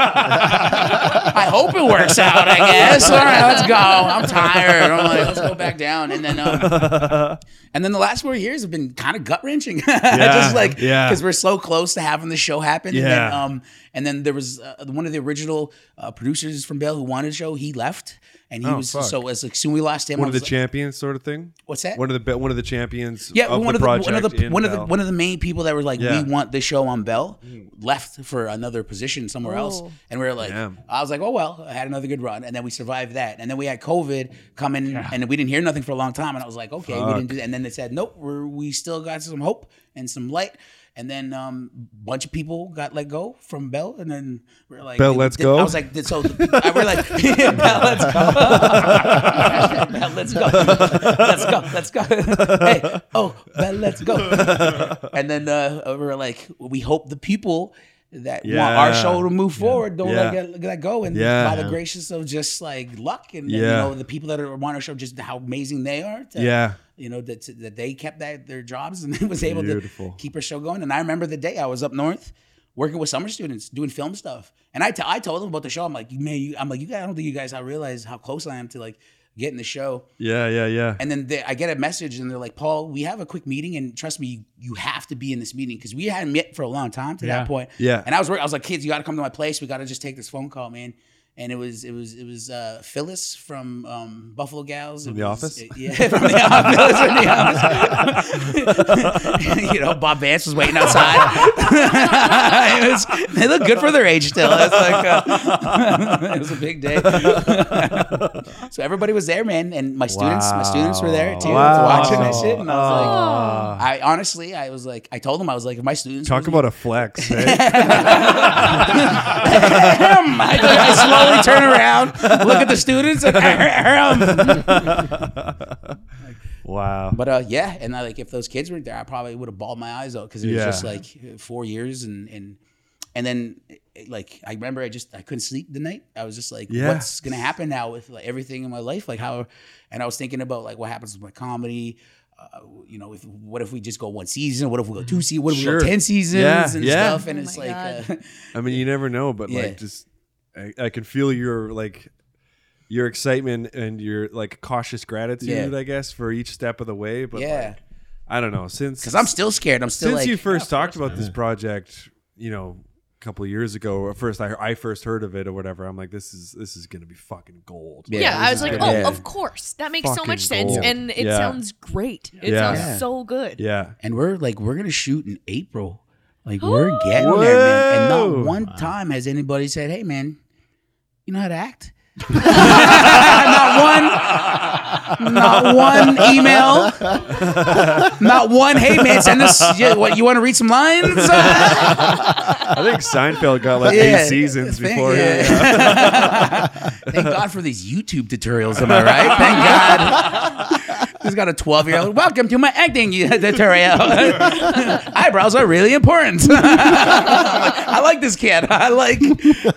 S4: I hope it works out, I guess. All right, let's go. I'm tired. I'm like, let's go back down. And then um, and then the last four years have been kind of gut wrenching. [LAUGHS] Just like
S1: yeah.
S4: because we're so close to having the show happen. And then
S1: Yeah.
S4: um and then there was uh, one of the original uh, producers from Bell who wanted the show, he left. And he was
S1: Oh, fuck.
S4: so as like soon we lost him.
S1: One
S4: I
S1: of the
S4: was like-
S1: champions, sort of thing.
S4: What's that?
S1: One of the be- one of the champions.
S4: yeah,
S1: of
S4: one
S1: the
S4: of the
S1: project
S4: one of the
S1: in
S4: one of the
S1: Bell.
S4: one of the main people that were like,
S1: Yeah. Mm.
S4: we want the show on Bell, left for another position somewhere else,
S2: Oh.
S4: and we were like,
S1: Damn.
S4: I was like, oh well, I had another good run, and then we survived that, and then we had COVID coming, and we didn't hear nothing for a long time, and I was like, okay, we didn't do that, and then they said, nope, we're, we still got some hope and some light. And then um, bunch of people got let go from Bell, and then we are like,
S1: Bell Let's
S4: did-
S1: Go?
S4: I was like, did- so I, we're like, [LAUGHS] Bell Let's Go, [LAUGHS] Bell Let's Go, Let's Go, Let's Go. [LAUGHS] hey, oh, Bell
S1: [LAUGHS]
S4: Let's Go. and then uh, we were like, we hope the people that want our
S1: Yeah.
S4: show to move forward don't
S1: Yeah.
S4: let, get, let go. And
S1: Yeah.
S4: by the gracious of just like luck and, and,
S1: Yeah.
S4: you know the people that are want our show, just how amazing they are. to-
S1: Yeah.
S4: you know that that they kept that their jobs and [LAUGHS] was able
S1: Beautiful.
S4: to keep her show going. And I remember the day I was up north working with summer students doing film stuff, and I t- I told them about the show. I'm like, man, you, I'm like, you guys, I don't think you guys I realize how close I am to like getting the show.
S1: Yeah, yeah, yeah.
S4: And then they, I get a message, and they're like, Paul, we have a quick meeting, and trust me, you, you have to be in this meeting because we hadn't met for a long time to
S3: Yeah.
S4: that point.
S1: Yeah.
S4: And I was work- I was like, kids, you got to come to my place. We got to just take this phone call, man. and it was it was it was uh, Phyllis from um, Buffalo Gals. From
S1: The Office?
S4: yeah, [LAUGHS] from the office. From the office. [LAUGHS] you know, Bob Vance was waiting outside. [LAUGHS] It was- they look good for their age still. It's like uh, [LAUGHS] it was a big day. so everybody was there, man, and my students, my students were there too,
S1: Wow.
S4: watching that shit. And I was like,
S1: Aw.
S4: I honestly, I was like, I told them I was like, if my students
S1: Talk
S4: was-
S1: about a
S4: [LAUGHS]
S1: flex. eh?
S4: Ahem. I, I slowly turn around, look at the students, and ahem.
S1: wow.
S4: but uh, yeah, and I, like if those kids weren't there, I probably would have bawled my eyes out because it was
S1: Yeah.
S4: just like four years and and and then like I remember I just I couldn't sleep the night. I was just like,
S1: Yeah.
S4: what's gonna happen now with like, everything in my life? Like how, and I was thinking about like what happens with my comedy. Uh, you know, if, what if we just go one season? What if we go two seasons? What if
S1: Sure.
S4: we go ten seasons
S1: Yeah,
S4: and
S1: yeah.
S4: stuff? And
S2: Oh
S4: it's
S2: my
S4: like, uh,
S2: God.
S1: I mean, you never know, but
S4: Yeah.
S1: like, just I, I can feel your like your excitement and your like cautious gratitude,
S4: Yeah.
S1: I guess, for each step of the way. But
S4: yeah.
S1: like, I don't know since
S4: Cause I'm still scared. I'm still
S1: since
S4: like
S1: you first talked about this project, you know, a couple of years ago, or first I I first heard of it or whatever. I'm like, this is this is gonna be fucking gold.
S4: Yeah,
S2: Yeah,
S4: this
S2: I was
S4: is
S2: like,
S4: good.
S2: oh,
S4: Yeah.
S2: of course. That makes so
S1: Fucking
S2: much sense.
S1: gold.
S2: And it
S1: Yeah.
S2: sounds great. It
S1: Yeah.
S2: sounds
S4: Yeah.
S2: so good.
S1: Yeah.
S4: and we're like we're gonna shoot in April.
S1: [GASPS]
S4: Like we're getting there, man. And
S1: Whoa.
S4: not one time has anybody said, "Hey, man, you know how to act." [LAUGHS] not one, not one email, not one. Hey, man, send us. You, what you want to read some lines? [LAUGHS]
S1: I think Seinfeld got like
S4: Yeah.
S1: eight seasons
S4: Thank-
S1: before.
S4: yeah.
S1: it.
S4: [LAUGHS] Thank God for these YouTube tutorials. Am I right? Thank God. [LAUGHS] He's got a 12 year old. Welcome to my acting [LAUGHS] tutorial. Eyebrows are really important. [LAUGHS] I like this kid. I like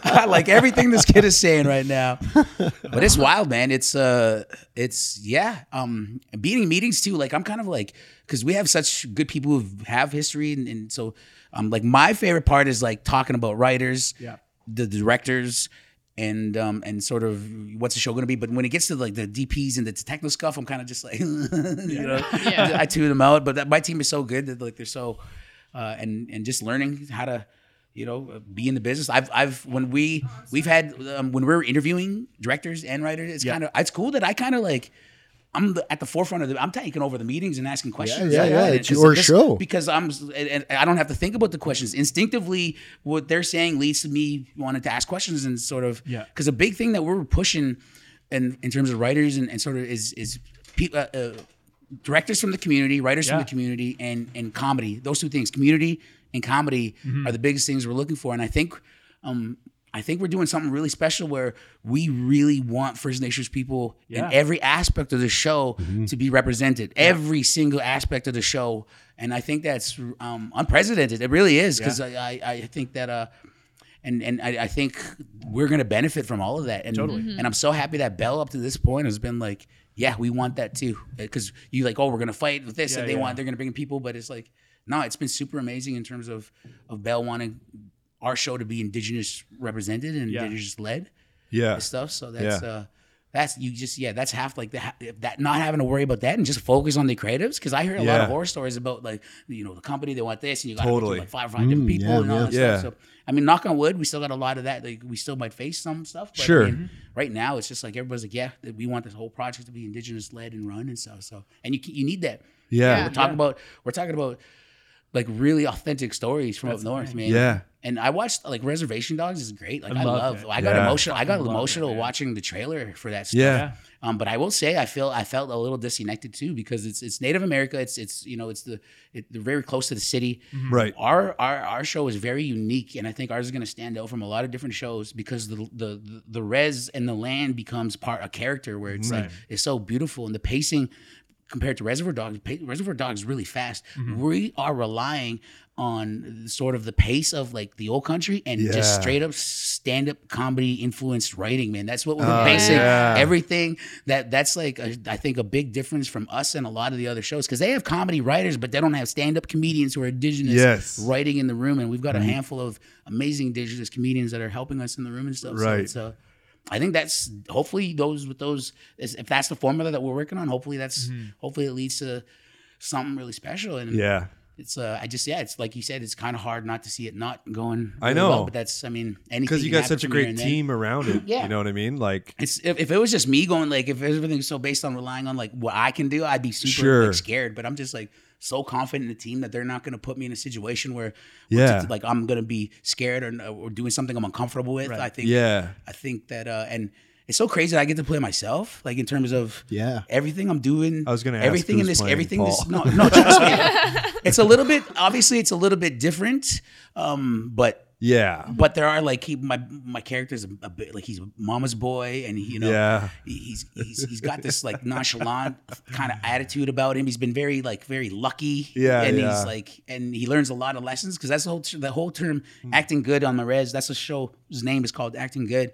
S4: I like everything this kid is saying right now. But it's wild, man. It's uh it's yeah. Um beating meetings too. Like I'm kind of like because we have such good people who have history and, and so um like my favorite part is like talking about writers, yeah, the directors, and um and sort of what's the show going to be but when it gets to like the dps and the techno stuff i'm kind of just like [LAUGHS] you know i tune them out but that, my team is so good that like they're so uh and and just learning how to you know be in the business i've i've when we we've had um, when we we're interviewing directors and writers it's kind of it's cool that i kind of like I'm the, at the forefront of the. I'm taking over the meetings and asking questions.
S5: yeah,
S4: like
S5: yeah,
S4: that.
S5: it's
S4: And
S5: your
S4: just-
S5: show.
S4: because I'm and and I don't have to think about the questions. Instinctively, what they're saying leads to me wanting to ask questions and sort of
S3: Yeah.
S4: Because a big thing that we're pushing, and in terms of writers and, and sort of is is pe- uh, uh, directors from the community, writers from
S3: Yeah.
S4: the community, and and comedy. Those two things, community and comedy,
S3: Mm-hmm.
S4: are the biggest things we're looking for. And I think. Um, I think we're doing something really special where we really want First Nations people
S3: Yeah.
S4: in every aspect of the show to be represented, every single aspect of the show. And I think that's um, unprecedented. It really is because I, I, I think that, uh, and and I, I think we're gonna benefit from all of that. And, totally. And I'm so happy that Bell up to this point has been like, yeah, we want that too, because you like, oh, we're gonna fight with this, and they want they're gonna bring in people, but it's like, no, it's been super amazing in terms of of Bell wanting our show to be indigenous represented and
S3: Yeah.
S4: indigenous led
S1: Yeah.
S4: and stuff. So that's
S1: Yeah.
S4: uh that's you just yeah that's half like that that not having to worry about that and just focus on the creatives because I hear a lot
S1: Yeah.
S4: of horror stories about like you know the company they want this and you got
S1: Totally. Mm,
S4: totally. like five, five different people and all that
S1: yeah.
S4: stuff. So I mean, knock on wood, we still got a lot of that. Like we still might face some stuff. But I
S1: Sure.
S4: mean, right now, it's just like everybody's like, yeah, that we want this whole project to be indigenous led and run and stuff. So and you you need that.
S1: Yeah.
S4: We're talking about we're talking about like really authentic stories from up north, man.
S1: Yeah.
S4: And I watched like Reservation Dogs is great. Like
S3: I
S4: I,
S3: loved
S4: love.
S3: it.
S4: I got
S1: Yeah.
S4: emotional. I got
S3: Fucking loved it,
S4: emotional
S3: man.
S4: watching the trailer for that. Stuff.
S1: Yeah.
S4: Um, but I will say I feel I felt a little disconnected too because it's it's Native America. It's it's you know it's the it, they're very close to the city.
S1: Right.
S4: Our our our show is very unique, and I think ours is going to stand out from a lot of different shows because the the the res and the land becomes part a character where it's like it's so beautiful and the pacing compared to Reservoir Dogs. Pa- Reservoir Dogs is really fast.
S1: Mm-hmm.
S4: We are relying on sort of the pace of like the old country and just
S1: Yeah.
S4: straight up stand up comedy influenced writing, man. That's what we're
S1: Oh,
S4: basing
S1: yeah.
S4: everything. That that's like a, I think a big difference from us and a lot of the other shows because they have comedy writers, but they don't have stand up comedians who are indigenous
S1: Yes.
S4: writing in the room. And we've got a handful of amazing indigenous comedians that are helping us in the room and stuff. So
S1: Right.
S4: it's, uh, I think that's hopefully those with those is- if that's the formula that we're working on, hopefully that's hopefully it leads to something really special. And
S1: Mm-hmm. Yeah.
S4: it's uh, I just yeah, it's like you said, it's kind of hard not to see it not going.
S1: I
S4: really
S1: know.
S4: well, but that's I mean, anything
S1: because you
S4: can
S1: got
S4: happen
S1: such a
S4: from here
S1: great
S4: and then.
S1: team around it.
S4: Yeah.
S1: You know what I mean? Like,
S4: It's if, if it was just me going like if everything's so based on relying on like what I can do, I'd be super
S1: Sure.
S4: like, scared. But I'm just like so confident in the team that they're not going to put me in a situation where
S1: Yeah.
S4: where it's, like I'm going to be scared or, or doing something I'm uncomfortable with. I think
S1: yeah,
S4: I think that uh and it's so crazy that I get to play myself like in terms of
S5: Yeah.
S4: everything I'm doing.
S1: I was gonna ask
S4: everything
S1: who's
S4: in this
S1: playing
S4: everything this no
S1: Paul.
S4: no
S1: [LAUGHS]
S4: trust me. it's a little bit obviously it's a little bit different um but
S1: yeah,
S4: but there are like he, my my character's a, a bit like he's mama's boy, and he, you know,
S1: Yeah.
S4: he- he's he's he's got this like nonchalant kind of attitude about him. He's been very like very lucky,
S1: Yeah,
S4: and
S1: yeah.
S4: he's like and he learns a lot of lessons because that's the whole ter- the whole term
S1: Hmm.
S4: acting good on the res. That's a show. His name is called Acting Good.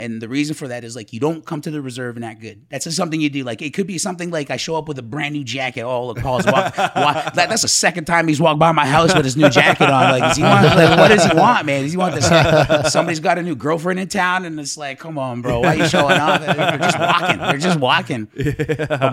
S4: And the reason for that is like you don't come to the reserve and act good. That's just something you do. Like it could be something like I show up with a brand new jacket. Oh, look, Paul's walk. [LAUGHS] walk that, that's the second time he's walked by my house with his new jacket on. Like, is he want, like, what does he want, man? Does he want this? Somebody's got a new girlfriend in town, and it's like, come on, bro, why are you showing up? They're just walking. They're just walking. But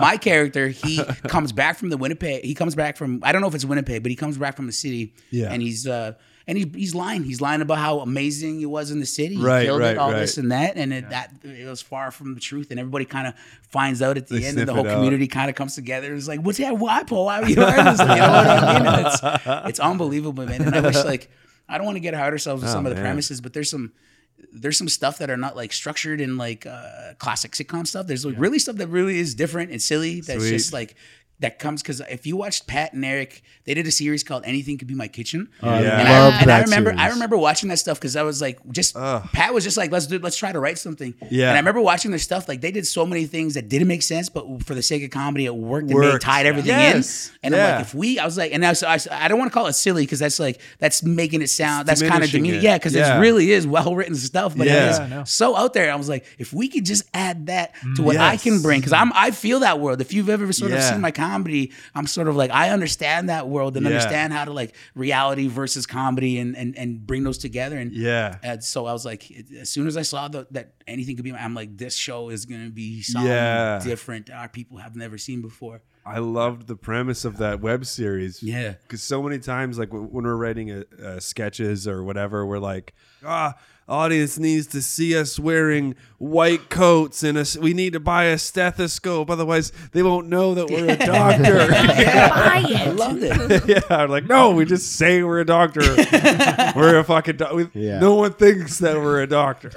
S1: [LAUGHS]
S4: my character, he comes back from the Winnipeg. He comes back from I don't know if it's Winnipeg, but he comes back from the city.
S1: Yeah.
S4: and he's uh and he's he's lying. He's lying about how amazing it was in the city. He
S1: Right,
S4: killed
S1: right,
S4: it, all
S1: right.
S4: this and that, and it, that it was far from the truth. And everybody kind of finds out at the
S1: They
S4: end, and the
S1: sniff
S4: whole
S1: it out.
S4: community kind of comes together. and is like, what's that? Why, Paul? Why were you hurt? It's, like, you know what I mean? And it's, it's unbelievable, man. And I wish like I don't want to get ahead of ourselves
S1: [LAUGHS]
S4: with
S1: Oh,
S4: some of the
S1: man.
S4: premises, but there's some there's some stuff that are not like structured in like uh, classic sitcom stuff. There's like really stuff that really is different and silly. That's
S1: Sweet.
S4: just like that comes because if you watched Pat and Eric, they did a series called Anything Could Be My Kitchen.
S1: yeah.
S4: And,
S5: Love
S4: I, and I
S5: that
S4: remember I
S5: series.
S4: remember watching that stuff because I was like, just Pat was just like, let's do, let's try to write something.
S1: Yeah.
S4: And I remember watching their stuff. Like they did so many things that didn't make sense, but for the sake of comedy, it worked, and they
S1: Worked.
S4: tied everything
S1: Yes.
S4: in. And I'm
S1: Yeah.
S4: like, if we, I was like, and I, was, I, was- I don't want to call it silly because that's like that's making it sound that's kind of
S1: diminishing
S4: demeaning.
S1: it.
S4: Yeah, because
S1: Yeah.
S4: it really is well written stuff, but
S1: Yeah.
S4: it
S1: I
S4: is
S3: know.
S4: so out there. I was like, if we could just add that to what I can
S1: Yes.
S4: bring, because I'm I feel that world. If you've ever sort of
S1: Yeah.
S4: seen my comedy, I'm sort of like I understand that world and
S1: Yeah.
S4: understand how to like reality versus comedy and and and bring those together. And
S1: yeah,
S4: and so I was like, as soon as I saw the, that anything could be, I'm like, this show is gonna be something
S1: Yeah.
S4: different. Our people have never seen before.
S1: I loved the premise of that web series.
S4: Yeah.
S1: because so many times, like w- when we're writing uh uh sketches or whatever, we're like, ah, audience needs to see us wearing white coats, and a s we need to buy a stethoscope, otherwise they won't know that we're [LAUGHS] a [LAUGHS] doctor.
S2: Buy
S4: I
S2: it.
S4: loved it.
S1: yeah, I'm like, no, we just say we're a [LAUGHS] doctor. we're a fucking doctor.
S5: Yeah.
S1: No one thinks that we're a [LAUGHS] doctor.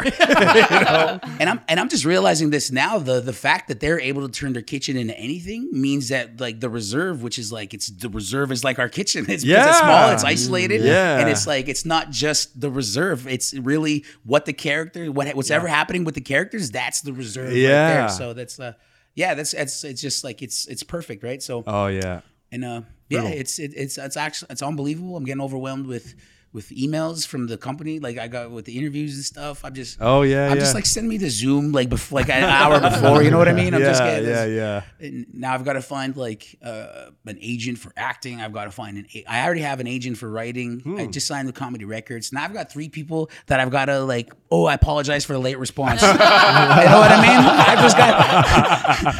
S4: and I'm and I'm just realizing this now. The the fact that they're able to turn their kitchen into anything means that like the reserve, which is like it's the reserve is like our kitchen. [LAUGHS] It's, it's
S1: Yeah.
S4: small, it's isolated,
S1: Yeah.
S4: and it's like it's not just the reserve. It's really what the character, what what's ever happening with the characters. That's the reserve. Right
S1: Yeah.
S4: there. So that's uh, yeah. That's it's it's just like it's it's perfect, right? So
S1: oh yeah.
S4: and uh, yeah, it's it, it's it's actually it's unbelievable. I'm getting overwhelmed with with emails from the company. Like I got with the interviews and stuff. I'm just
S1: Oh, yeah,
S4: I'm just
S1: yeah.
S4: like send me the Zoom like before like an hour before. You know what I mean? I'm
S1: [LAUGHS] yeah,
S4: just getting
S1: yeah,
S4: this.
S1: yeah.
S4: And now I've got to find like uh, an agent for acting. I've got to find an. A- I already have an agent for writing. I just signed with Comedy Records. Now I've got three people that I've got to like. Oh, I apologize for the late response. you know what I mean? I just got.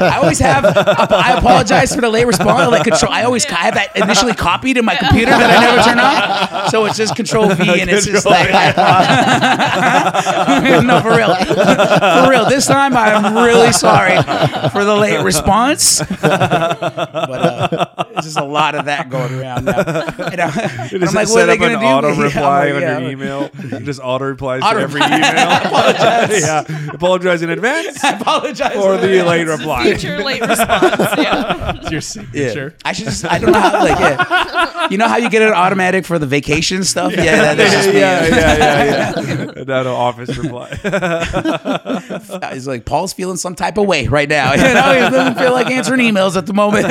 S4: I always have. I apologize for the late response. Like control. I always I have that initially copied in my computer that I never turn off. So it's just Control V, and it's just like. I apologize. [LAUGHS] no, for real, for real. This time I'm really sorry for the late
S1: [LAUGHS]
S4: response but uh, it's just a lot of that going around now. And I'm, and I'm
S1: Just
S4: like,
S1: set
S4: what are they
S1: up an
S4: going to do?
S1: auto reply
S4: [LAUGHS] Yeah, I'm
S1: on
S4: like, [LAUGHS] yeah, I'm
S1: your
S4: like,
S1: email. It just auto replies
S4: Auto-
S1: to every email.
S4: [LAUGHS]
S1: apologize. yeah, apologize in advance
S4: I apologize
S1: for
S4: in
S1: the
S4: [LAUGHS] advance.
S1: late [LAUGHS] reply.
S2: Future late response. Yeah.
S3: It's your signature.
S4: I should just, I don't know how, like, yeah. You know how you get an automatic for the vacation stuff? Yeah,
S1: [LAUGHS]
S4: that, that's
S1: yeah,
S4: just me.
S1: yeah, yeah, yeah. yeah. Not an office
S4: [LAUGHS]
S1: reply. [LAUGHS]
S4: He's like, Paul's feeling some type of way right now. [LAUGHS] You know, he doesn't feel like answering emails at the moment.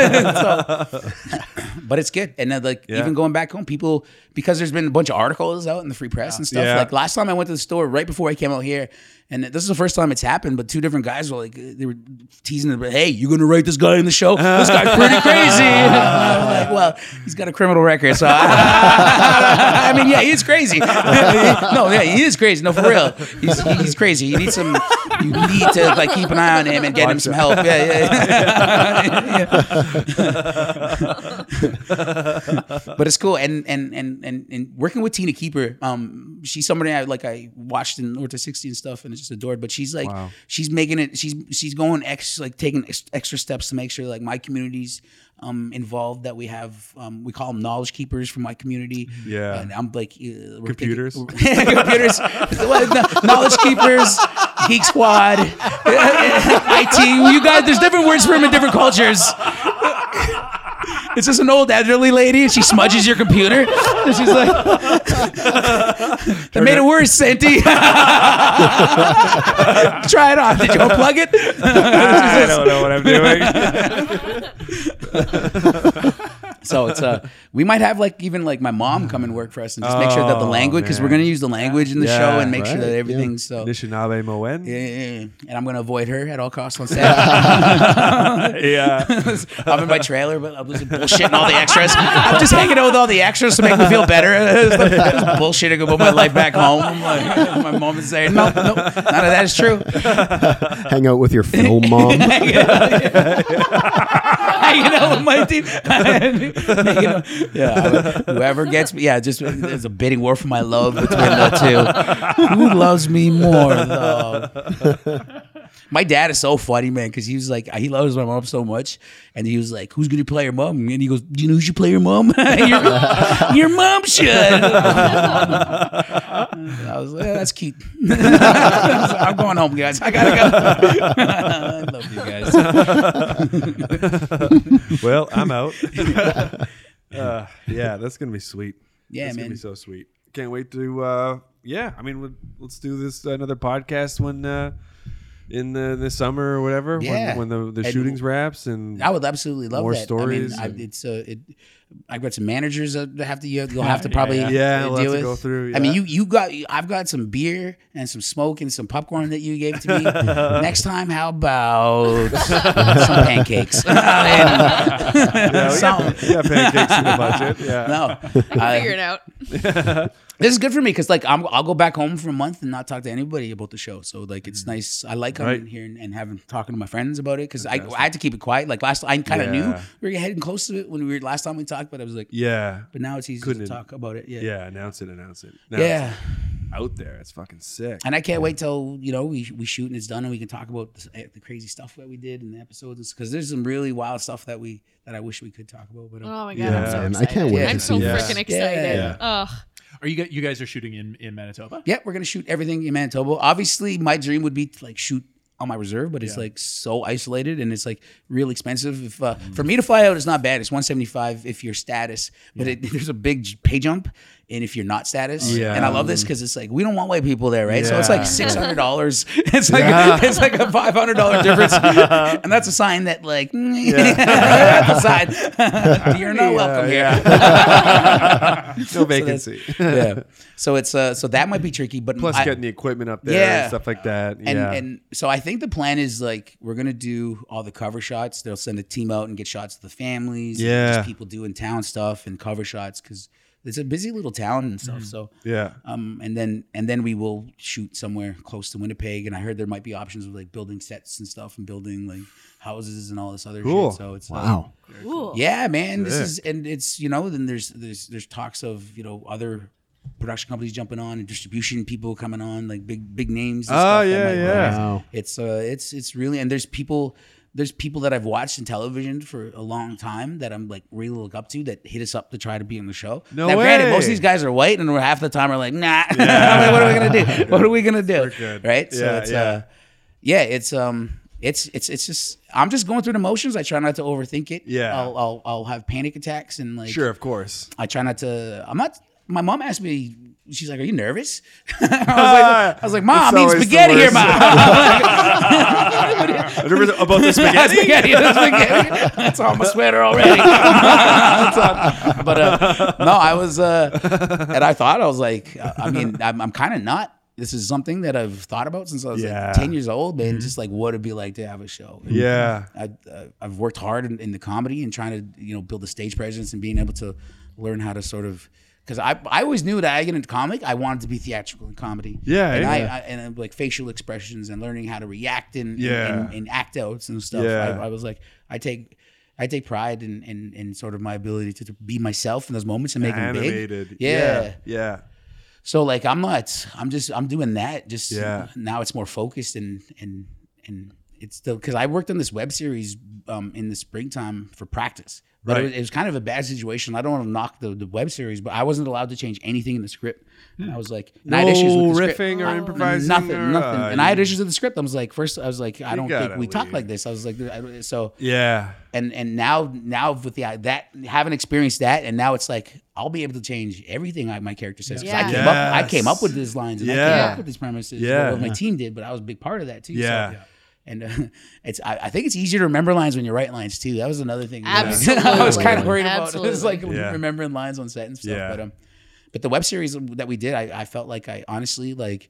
S4: [LAUGHS] So- [CLEARS THROAT] but it's good. And then, like,
S1: Yeah.
S4: even going back home, people, because there's been a bunch of articles out in the free press and stuff.
S1: Yeah.
S4: Like, last time I went to the store right before I came out here, and this is the first time it's happened, but two different guys were like, they were teasing, them, hey, you going to write this guy in the show? This guy's pretty crazy. [LAUGHS] And I'm like, well, he's got a criminal record. So [LAUGHS] I, I mean, yeah, he is crazy. [LAUGHS] no, yeah, he is crazy. No, for real. He's, he's crazy. You need some, you need to like keep an eye on him and get him some help. Yeah, yeah. yeah. [LAUGHS] but it's cool. And and and and, and working with Tina Keeper, um, she's somebody I like. I watched in Orta 60 and stuff, and just adored. But she's like, she's making it. She's she's going ex like taking ex, extra steps to make sure like my communities. Um, involved that we have, um, we call them knowledge keepers from my community.
S1: Yeah.
S4: and I'm like uh, we're
S1: Computers?
S4: thinking- [LAUGHS] computers, Well, no- knowledge keepers, geek squad, [LAUGHS] IT. You guys, there's different words for them in different cultures. It's just an old elderly lady. and She smudges your computer. And she's like, "That made it worse, Santi." [LAUGHS] Try it on. Did you unplug it?
S1: I don't know what I'm doing.
S4: so it's uh, we might have like even like my mom come and work for us and just make sure that the
S1: Oh,
S4: language because we're
S1: man.
S4: gonna use the language in the
S1: Yeah,
S4: show and make sure
S5: right,
S4: that
S5: yeah.
S4: everything's so.
S1: Anishinaabe Moen.
S4: Yeah, yeah, yeah. and I'm gonna avoid her at all costs on set. [LAUGHS]
S1: yeah.
S4: I'm in my trailer, but I'm just bullshitting all the extras. I'm just hanging out with all the extras to make me feel better. [LAUGHS] It's like, just bullshitting about my life back home. I'm like, my mom is saying, no, no, none of that is true.
S5: Hang out with your film mom.
S4: hanging out [LAUGHS] with my team. Hanging out- yeah, whoever gets me, yeah, just there's a bidding war for my love between the two. Who loves me more, though? My dad is so funny, man, because he was like, he loves my mom so much, and he was like, "Who's gonna play your mom?" And he goes, "You know who should play your mom? [LAUGHS] your, your mom should." I was like, "Yeah, "That's cute." [LAUGHS] I was like, I'm going home, guys. I gotta go. [LAUGHS] I love you guys.
S1: Well, I'm
S4: [LAUGHS]
S1: out. [LAUGHS] uh, yeah, that's gonna be sweet.
S4: Yeah,
S1: that's gonna
S4: man.
S1: be so sweet. Can't wait to. Uh, yeah, I mean, let- let's do this uh, another podcast when uh, in the the summer or whatever.
S4: Yeah.
S1: When, when the, the
S4: And-
S1: shootings wraps and
S4: I would absolutely love
S1: More
S4: that.
S1: stories
S4: I mean,
S1: and-
S4: I, it's uh, it, I've got some managers that have to you- you'll have to
S1: [LAUGHS]
S4: probably
S1: yeah. Yeah,
S4: uh,
S1: we'll have
S4: deal
S1: to
S4: with.
S1: go through,
S4: I mean,
S1: yeah.
S4: you you got I've got some beer and some smoke and some popcorn that you gave to
S1: [LAUGHS]
S4: me. Next time, how about some
S1: [LAUGHS]
S4: pancakes? [LAUGHS]
S1: yeah, we got-
S4: Something.
S1: yeah, pancakes in the budget. Yeah.
S4: No,
S1: [LAUGHS]
S4: [LAUGHS]
S2: Figure
S4: I,
S2: it out.
S4: this is good for me because like I'm, I'll go back home for a month and not talk to anybody about the show. So like it's nice. I like coming
S1: Mm. Right.
S4: here and, and having talking to my friends about it because I, I had to keep it quiet. Like last I kind of knew
S1: Yeah.
S4: we were heading close to it when we were last time we talked, but I was like,
S1: Yeah.
S4: But now it's easy
S1: Couldn't-
S4: to talk about it. Yeah.
S1: Yeah. Announce it. Announce it. Now
S4: Yeah.
S1: it's Out there. It's fucking sick.
S4: And I can't wait till you know we we shoot and it's done and we can talk about the, the crazy stuff that we did and the episodes because there's some really wild stuff that we that I wish we could talk about. But um,
S2: Oh my god,
S1: Yeah,
S2: I'm so
S5: man, I
S2: excited.
S5: can't wait
S2: I'm
S5: to
S2: so
S5: see
S1: this.
S2: freaking excited.
S4: Yeah.
S2: Ugh.
S3: Are you gu- you guys are shooting in in Manitoba?
S4: yeah, we're gonna shoot everything in Manitoba. Obviously, my dream would be to like shoot on my reserve, but it's like so isolated and it's like real expensive. If uh, for me to fly out, it's not bad. It's 175 if you're status, but it, there's a big j- pay jump. And if you're not status,
S1: Yeah.
S4: and I love this because it's like we don't want white people there, right? So it's like
S1: Yeah.
S4: six hundred dollars. [LAUGHS] It's like it's like a five hundred
S1: [LAUGHS]
S4: dollar difference, and that's a sign that like [LAUGHS] that's a sign [LAUGHS] you're not welcome here
S1: [LAUGHS] No vacancy.
S4: [LAUGHS] yeah. So it's uh, so that might be tricky, but
S1: Plus
S4: I-
S1: getting the equipment up there
S4: Yeah.
S1: and stuff like that.
S4: and
S1: yeah.
S4: and so I think the plan is like we're gonna do all the cover shots. They'll send a team out and get shots of the families, and
S1: Yeah.
S4: just people doing town stuff and cover shots because it's a busy little town and
S1: Mm-hmm.
S4: stuff. So
S1: yeah.
S4: um, and then and then we will shoot somewhere close to Winnipeg. And I heard there might be options of like building sets and stuff and building like houses and all this other
S1: Cool.
S4: shit. So it's like,
S5: Wow.
S2: Cool.
S4: yeah, man. This is and it's you know then there's there's there's talks of you know other production companies jumping on and distribution people coming on like big big names. And
S1: Oh,
S4: stuff that
S1: yeah,
S4: might work.
S1: yeah.
S5: Wow.
S4: It's uh it's it's really and there's people there's people that I've watched in television for a long time that I'm like really look up to that hit us up to try to be on the show.
S1: No
S4: now, granted,
S1: way.
S4: most of these guys are white and we're half the time are like, nah. [LAUGHS] I'm like, what are we gonna
S1: [LAUGHS]
S4: do? What are we gonna do?
S1: good.
S4: Right? so
S1: Yeah,
S4: it's
S1: yeah.
S4: uh yeah, it's um it's it's it's just I'm just going through the motions. I try not to overthink it.
S1: Yeah.
S4: I'll I'll, I'll have panic attacks and like
S1: Sure, of
S4: [LAUGHS]
S1: course.
S4: I try not to. I'm not. My mom asked me. She's like, "Are you nervous?" [LAUGHS]
S1: [LAUGHS]
S4: I was like, "I was like, Mom,
S1: It's
S4: I mean
S1: always the
S4: spaghetti here,
S1: worst. [LAUGHS]
S4: Mom."
S1: about
S4: [LAUGHS]
S1: the spaghetti.
S4: spaghetti, spaghetti. [LAUGHS] That's on my sweater already. It's on. But uh, no, I was, uh, and I thought I was like, uh, I mean, I'm, I'm kind of not. This is something that I've thought about since I was
S1: Yeah.
S4: like 10 years old, man. Just like what it'd be like to have a show. And
S1: yeah.
S4: I, uh, I've worked hard in, in the comedy and trying to you know build a stage presence and being able to learn how to sort of because I, I always knew that I get into comic I wanted to be theatrical in comedy
S1: Yeah,
S4: and I,
S1: yeah.
S4: I and uh, like facial expressions and learning how to react and and-
S1: Yeah.
S4: and, and, act outs and stuff
S1: Yeah.
S4: I, I was like I take I take pride in, in, in sort of my ability to, to be myself in those moments and make them
S1: Animated.
S4: big. Yeah.
S1: Yeah. yeah.
S4: So like I'm not. I'm just. I'm doing that. Just
S1: Yeah.
S4: now it's more focused and and and it's still because I worked on this web series um, in the springtime for practice. But
S1: Right.
S4: it, was, it was kind of a bad situation. I don't want to knock the, the web series, but I wasn't allowed to change anything in the script. And I was like, and I had issues
S1: Hmm. No
S4: with the script.
S1: riffing or improvising.
S4: Nothing,
S1: or,
S4: nothing.
S1: uh,
S4: and I had issues with the script. I was like, first, I was like, I don't think
S1: gotta
S4: we talk
S1: leave.
S4: like this. I was like, dude, I don't- so
S1: Yeah.
S4: and and now now with the that having experienced that, and now it's like I'll be able to change everything I, my character says. 'Cause I
S2: Yeah.
S4: came up, I
S1: Yes.
S4: came up with these lines, and I
S1: Yeah.
S4: came up with these premises.
S1: Yeah.
S4: well, my team did, but I was a big part of that too. so-
S1: Yeah.
S4: And [LAUGHS] uh, it's I, I think it's easier to remember lines when you write lines too. That was another thing. that [LAUGHS] I was
S2: Absolutely.
S4: kind of worried about. It was
S2: Absolutely.
S4: like
S1: Yeah.
S4: remembering lines on set and stuff.
S1: Yeah.
S4: But um, but the web series that we did, I, I felt like I honestly like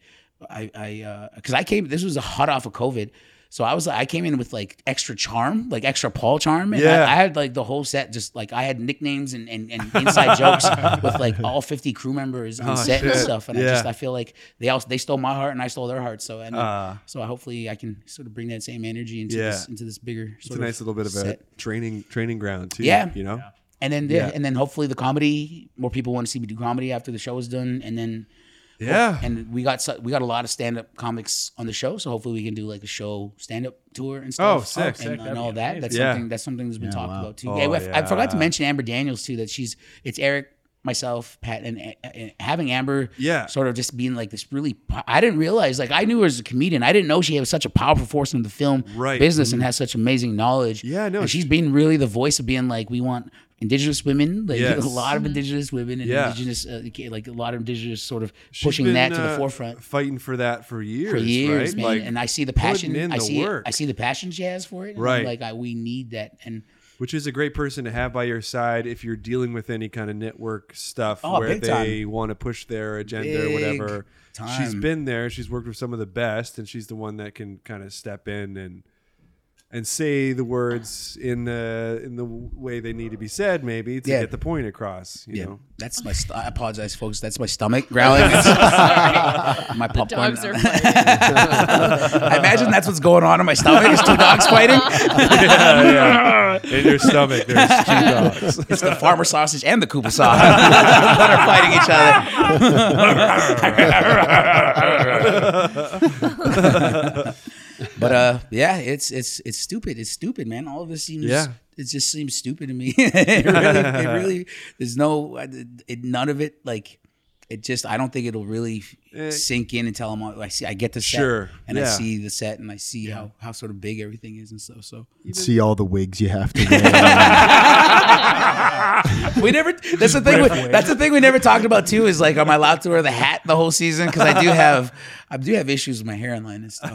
S4: I I because I came. This was a hot off of COVID, so I was like I came in with like extra charm, like extra Paul charm, and
S1: Yeah.
S4: I, I had like the whole set just like I had nicknames and and, and inside jokes
S1: [LAUGHS]
S4: with like all fifty crew members on
S1: Oh,
S4: set and
S1: shit.
S4: stuff, and I
S1: Yeah.
S4: just I feel like they all they stole my heart and I stole their heart. So and
S1: Uh,
S4: so I hopefully I can sort of bring that same energy into
S1: Yeah.
S4: this into this bigger.
S1: it's a nice little bit of a
S4: set.
S1: training training ground too.
S4: Yeah.
S1: You know.
S4: And then yeah.
S1: Yeah.
S4: and then hopefully the comedy more people want to see me do comedy after the show is done and then
S1: Yeah.
S4: and we got so- we got a lot of stand up comics on the show so hopefully we can do like a show stand up tour and stuff
S1: Oh, sick,
S4: and,
S1: sick.
S4: and
S3: That'd
S4: all
S3: be
S4: that
S3: amazing.
S4: that's
S1: Yeah.
S4: something that's something that's been
S5: Yeah,
S4: talked
S5: wow.
S4: about too
S1: Oh,
S4: yeah, we- I forgot to
S1: yeah.
S4: mention Amber Daniels too that she's it's Eric myself Pat and, and- and having Amber
S1: Yeah.
S4: sort of just being like this really po- I didn't realize like I knew her as a comedian I didn't know she was such a powerful force in the film
S1: Right. Mm-hmm.
S4: business and has such amazing knowledge
S1: Yeah, I know.
S4: and she's
S1: She-
S4: been really the voice of being like we want indigenous women like [LAUGHS]
S1: Yes.
S4: a lot of indigenous women and
S1: Yeah.
S4: indigenous uh, like a lot of indigenous sort of
S1: She's
S4: pushing
S1: been,
S4: that to the
S1: uh,
S4: forefront
S1: Fighting for that for years.
S4: for years,
S1: right?
S4: man.
S1: Like,
S4: and I see the
S1: putting
S4: passion.
S1: in
S4: I
S1: the
S4: see
S1: work.
S4: it. I see the passion she has for it. and I'm
S1: Right.
S4: like I, we need that. And
S1: which is a great person to have by your side if you're dealing with any kind of network stuff
S4: Oh,
S1: where
S4: big
S1: they want to push their agenda or whatever.
S4: Big
S1: She's
S4: time.
S1: been there. She's worked with some of the best, and she's the one that can kind of step in and and say the words in the in the way they need to be said, maybe to
S4: Yeah.
S1: get the point across. You
S4: yeah,
S1: know,
S4: that's my. St- I apologize, folks. That's
S1: [LAUGHS]
S4: my stomach growling. my popcorn.
S2: Dogs
S4: [LAUGHS]
S2: are fighting.
S4: I imagine that's what's going on in my stomach. Is two dogs fighting?
S1: in your stomach, there's two dogs.
S4: It's the farmer sausage and the Koopa [LAUGHS] sausage that are fighting each
S1: [LAUGHS]
S4: other. but uh, yeah, it's it's it's stupid. It's stupid, man. All of this seems.
S1: Yeah.
S4: It just seems stupid to me. [LAUGHS] it, really, it
S1: [LAUGHS]
S4: really, there's no, uh, it, none of it. Like, it just, I don't think it'll really
S1: Eh.
S4: sink in until I'm. on- I see, I get the set,
S1: Sure,
S4: and I
S1: yeah.
S4: see the set, and I see how how sort of big everything is and
S1: [LAUGHS]
S4: stuff. So
S5: See all the wigs you have to
S4: [LAUGHS]
S5: wear.
S4: we never. [LAUGHS] That's the thing. We, that's the thing we never talked about too. Is like, am I allowed to wear the hat the whole season? Because I do have, I do have issues with my hairline and stuff.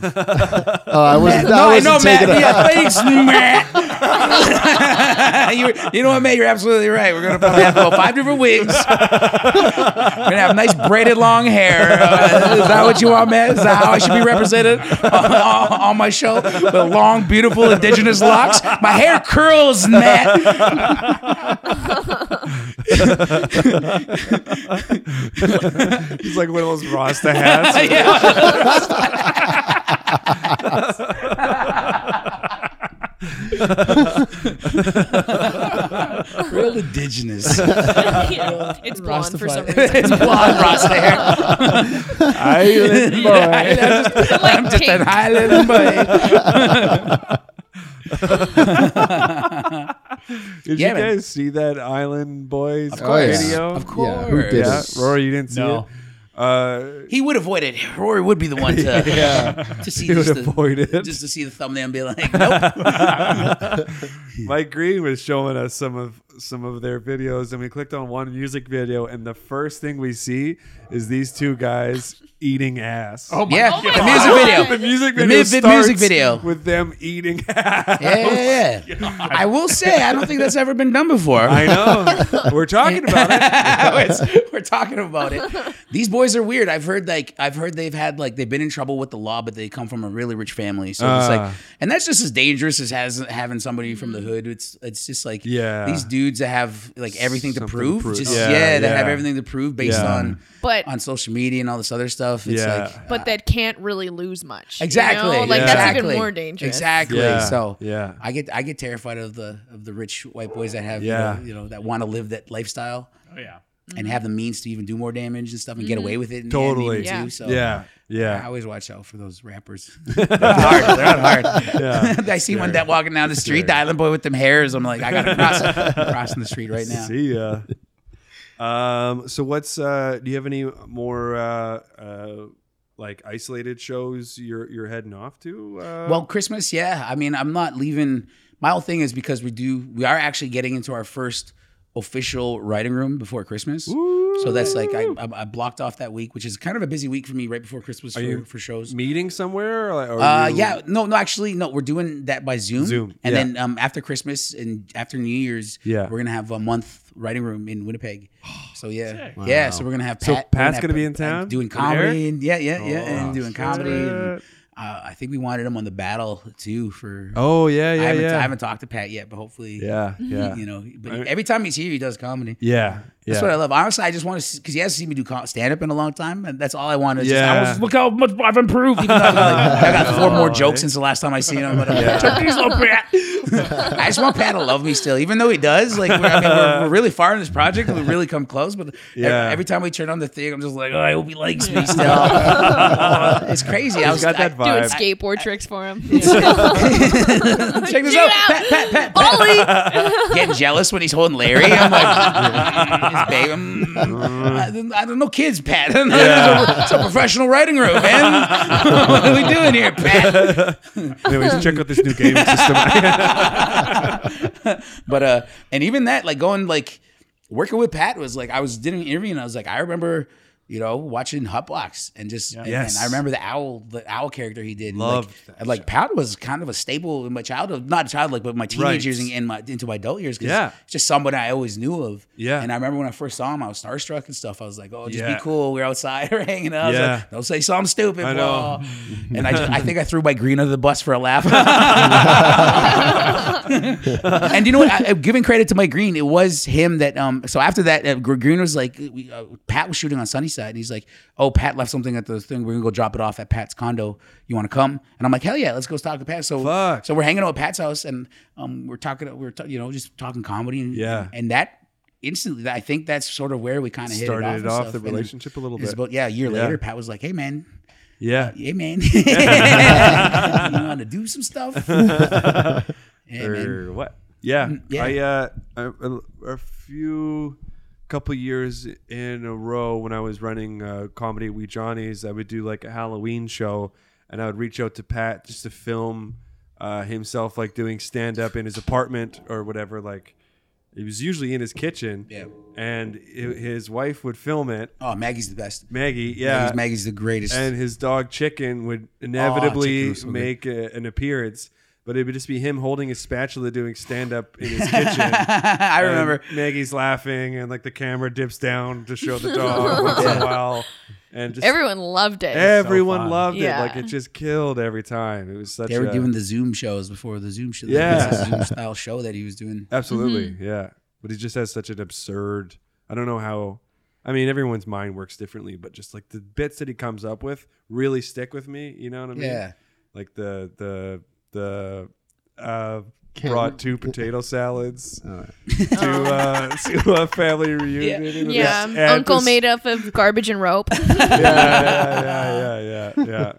S5: Oh, I was. I
S4: no, I
S5: wasn't
S4: know, Matt.
S5: taking a-
S4: Yeah, thanks, Matt. [LAUGHS] you, you know what, Matt? You're absolutely right. We're gonna probably have about five different wigs. We're gonna have nice braided long hair. Uh, is that what you want, Matt? Is that how I should be represented on, on- on my show with long, beautiful indigenous locks? My hair curls, Matt. [LAUGHS]
S1: He's like one of those Rasta hats.
S4: [LAUGHS] Real indigenous.
S2: Yeah. [LAUGHS] It's blonde for some
S4: Rastafari.
S2: reason.
S4: it's blonde Rasta hair.
S2: [LAUGHS]
S1: I,
S4: [LAUGHS] I'm just, [LAUGHS] I'm
S2: Like
S4: just
S2: pink.
S4: an island boy.
S1: did
S4: Yeah,
S1: you
S4: man.
S1: guys see that Island Boys
S5: course.
S1: video?
S4: Of
S5: Yeah, who
S4: course.
S5: did
S1: Yeah,
S5: it?
S1: Rory, you didn't see
S3: No.
S1: it. Uh,
S4: He would avoid it. Rory would be the one to to see
S1: he would
S4: just the,
S1: avoid it.
S4: just to see the thumbnail and be like, nope.
S1: Mike Green was showing us some of some of their videos, and we clicked on one music video, and the first thing we see is these two
S4: [LAUGHS]
S1: guys eating ass. Oh
S4: yeah,
S2: my
S4: the
S2: God.
S1: [LAUGHS] The music
S4: music video. The
S1: video,
S4: mid-
S1: starts
S4: music video.
S1: with them eating [LAUGHS] ass.
S4: Yeah, yeah,
S1: [LAUGHS] Oh
S4: yeah. I will say, I don't think that's ever been done before.
S1: I know. We're talking about
S4: [LAUGHS]
S1: it. [LAUGHS]
S4: It's- we're talking about it. These boys are weird. I've heard like I've heard they've had like they've been in trouble with the law, but they come from a really rich family. So it's
S1: Ah.
S4: like, and that's just as dangerous as has, having somebody from the hood. It's it's just like
S1: Yeah.
S4: these dudes. dudes that have like everything to
S1: Something to
S4: prove,
S1: prove.
S4: just
S1: Yeah,
S4: yeah, that have
S1: yeah.
S4: everything to prove based
S1: Yeah.
S4: on
S2: But-
S4: on social media and all this other stuff. It's
S1: Yeah.
S4: like
S2: but that can't really lose much. you
S4: exactly
S2: know? Like that's even
S4: exactly.
S2: more dangerous.
S4: Exactly.
S1: Yeah,
S4: So
S1: yeah.
S4: I get I get terrified of the of the rich white boys that have
S1: Yeah.
S4: you, know, you know that want to live that lifestyle
S3: Oh yeah.
S4: and have the means to even do more damage and stuff and get away with it. in the end
S1: Totally.
S4: even,
S2: Yeah.
S4: Too, so
S1: yeah,
S4: I
S1: yeah.
S4: always watch out for those rappers. They're
S1: [LAUGHS]
S4: not hard. They're not hard.
S1: Yeah.
S4: [LAUGHS] I see one that walking down the street, the island boy with them hairs. I'm like, I gotta cross I'm crossing the street right now.
S1: See ya. Um, so what's uh do you have any more uh uh like isolated shows you're you're heading off to? Uh
S4: Well, Christmas, yeah. I mean, I'm not leaving. My whole thing is because we do, we are actually getting into our first official writing room before Christmas. So that's like I, I, I blocked off that week, which is kind of a busy week for me right before Christmas for,
S1: you-
S4: for shows.
S1: meeting somewhere or, or
S4: Uh,
S1: you-
S4: yeah, no, no, actually, no. We're doing that by Zoom,
S1: Zoom,
S4: and
S1: yeah.
S4: then um, after Christmas and after New Year's,
S1: Yeah.
S4: we're gonna have a month writing room in Winnipeg. So yeah, yeah. So we're gonna have Pat.
S1: So
S4: we're
S1: Pat's
S4: have
S1: gonna be
S4: Pat-
S1: in town?
S4: doing
S1: With
S4: comedy,
S1: Eric?
S4: and yeah, yeah, yeah,
S1: Oh,
S4: and doing comedy. And,
S1: shit.
S4: uh, I think we wanted him on the battle too for.
S1: Oh yeah,
S4: I
S1: yeah,
S4: haven't,
S1: yeah.
S4: I haven't talked to Pat yet, but hopefully,
S1: yeah, yeah.
S4: you know. But every time he's here, he does comedy.
S1: yeah. Yeah.
S4: That's what I love. Honestly, I just want to because he hasn't seen me do stand up in a long time, and that's all I want. Is just,
S1: Yeah.
S4: I was, look how much I've improved. Even though I, got, like, I got four more jokes since the last time I seen him. But I'm like, "Check these little Pat." I just want Pat to love me still, even though he does. Like we're, I mean, we're, we're really far in this project, and we really come close. But
S1: Yeah.
S4: every, every time we turn on the thing, I'm just like, oh, I hope he likes me still. Oh, it's crazy. I was
S1: got that
S4: I-
S1: vibe.
S2: Doing
S1: I-
S2: skateboard tricks for
S4: [LAUGHS]
S2: him.
S4: Check this
S2: Get
S4: out.
S2: out.
S4: Pat, Pat, Pat, Pat.
S2: [LAUGHS]
S4: [LAUGHS]
S2: Ollie,
S4: Getting jealous when he's holding Larry. I'm like, mm, his babe. mm, I, don't, I don't know kids, Pat. [LAUGHS] I don't know. It's, a, it's a professional writing room, man. [LAUGHS] what are we doing here, Pat?
S1: Anyways, check out this
S4: [LAUGHS]
S1: new game system. [LAUGHS]
S4: But uh, and even that, like going like working with Pat was like I was did an interview and I was like I remember. You know, watching Hot Blocks and just and,
S1: Yes.
S4: and I remember the owl, the owl character he did. and,
S1: Loved
S4: like,
S1: that
S4: and, like Pat was kind of a staple in my childhood, not childhood, but my teenage
S1: Right.
S4: years and in my into my adult years. 'cause
S1: Yeah.
S4: it's just someone I always knew of.
S1: Yeah.
S4: and I remember when I first saw him, I was starstruck and stuff. I was like, oh, just
S1: Yeah.
S4: be cool. We're outside, [LAUGHS] we're hanging out. I was
S1: Yeah.
S4: like, don't say something stupid.
S1: I
S4: I
S1: know.
S4: and I, just, I think I threw my green under the bus for
S1: [LAUGHS]
S4: a laugh. [LAUGHS] and you know what? I, I'm giving credit to Mike Green. It was him that. Um. So after that, uh, Gr- Green was like, we, uh, Pat was shooting on Sunnyside, and he's like, "Oh, Pat left something at the thing. We're gonna go drop it off at Pat's condo. You want to come?" And I'm like, "Hell yeah, let's go talk to Pat." So,
S1: Fuck.
S4: so we're hanging out at Pat's house, and um, we're talking, we're ta- you know, just talking comedy, and
S1: Yeah.
S4: and, that. Instantly, I think that's sort of where we kind of
S1: Started
S4: hit
S1: it
S4: it
S1: off,
S4: off, and
S1: the
S4: stuff. And
S1: relationship a little
S4: it was
S1: bit.
S4: about- yeah, a year
S1: Yeah.
S4: later, Pat was like, "Hey, man,
S1: yeah. [LAUGHS]
S4: yeah, man. [LAUGHS] you want to do some stuff? [LAUGHS] Yeah, man. Mm,
S1: or what? Yeah,
S4: yeah.
S1: I uh, I- a, a few couple years in a row when I was running uh, comedy at Wee Johnny's, I would do like a Halloween show, and I would reach out to Pat just to film uh, himself like doing stand up in his apartment or whatever. Like it was usually in his kitchen,
S4: Yeah.
S1: And i his wife would film it,
S4: Oh, Maggie's the best.
S1: Maggie. Yeah,
S4: Maggie's, Maggie's the greatest. [LAUGHS]
S1: and his dog Chicken would inevitably
S4: Chicken was so good.
S1: make a, an appearance, but it would just be him holding his spatula doing stand up in his kitchen.
S4: [LAUGHS] I
S1: And
S4: remember.
S1: Maggie's laughing, and like the camera dips down to show the dog once in a while, and just
S2: everyone loved it.
S1: everyone
S3: So fun.
S1: loved
S2: Yeah.
S1: it. Like it just killed every time. It was such.
S4: They were
S1: a,
S4: doing the Zoom shows before the Zoom show.
S1: Yeah.
S4: the Zoom style show that he was doing.
S1: absolutely, yeah. But he just has such an absurd. I don't know how. I mean, everyone's mind works differently, but just like the bits that he comes up with really stick with me. You know what I mean?
S4: Yeah.
S1: like the the the uh brought two potato
S4: [LAUGHS]
S1: salads to uh [LAUGHS] to a family reunion It was
S2: Oh. Yeah,
S1: just-
S2: uncle
S1: it was-
S2: made up of garbage and rope.
S1: yeah
S2: [LAUGHS]
S1: yeah yeah yeah yeah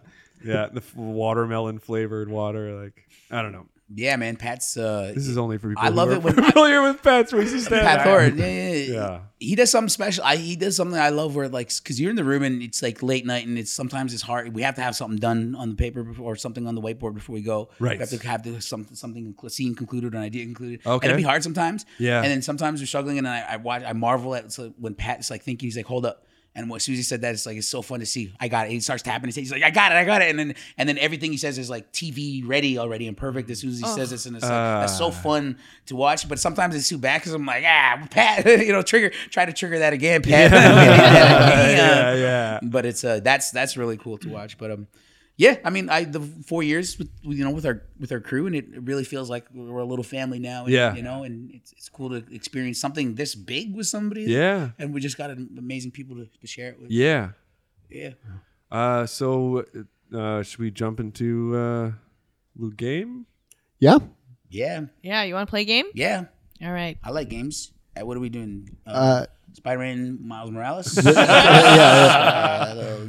S1: yeah the f- watermelon flavored water like i don't know
S4: Yeah, man. Pat's. Uh,
S1: this is only for people
S4: I love
S1: who
S4: it
S1: are
S4: when-
S1: familiar with pets racist stand
S4: Pat Thornton. Yeah, yeah, yeah.
S1: Yeah.
S4: He does something special. I, he does something I love where like because you're in the room and it's like late night and it's sometimes it's hard. We have to have something done on the paper before, or something on the whiteboard before we go.
S1: Right.
S4: We have to have to something something conclu- scene concluded, an idea concluded.
S1: Okay.
S4: And it'd be hard sometimes.
S1: Yeah.
S4: And then sometimes we're struggling and I, I watch I marvel at so when Pat's like thinking he's like hold up. And what Susie said that it's like it's so fun to see. I got it. He starts tapping his head. He's like, I got it, I got it. And then and then everything he says is like TV ready already and perfect as soon as he says this. And it's like that's
S1: Ah.
S4: so fun to watch. But sometimes it's too bad because I'm like, ah, Pat, [LAUGHS] you know, trigger, try to trigger that again, [LAUGHS] Pat. We need that
S1: yeah [LAUGHS]
S4: again.
S1: yeah
S4: But it's uh, that's that's really cool to watch. But um, yeah, I mean, I the four years with you know with our with our crew, and it really feels like we're a little family now. And,
S1: Yeah.
S4: you know, and it's, it's cool to experience something this big with somebody.
S1: Yeah.
S4: and we just got an- amazing people to, to share it with.
S1: Yeah.
S4: yeah.
S1: Uh, so uh, should we jump into uh, the game?
S5: Yeah.
S4: yeah,
S2: Yeah, you want to play a game?
S4: yeah.
S2: All right.
S4: I like games. Uh, what are we doing? Uh,
S5: Uh,
S4: Spider-Man, Miles
S5: [LAUGHS]
S4: Morales.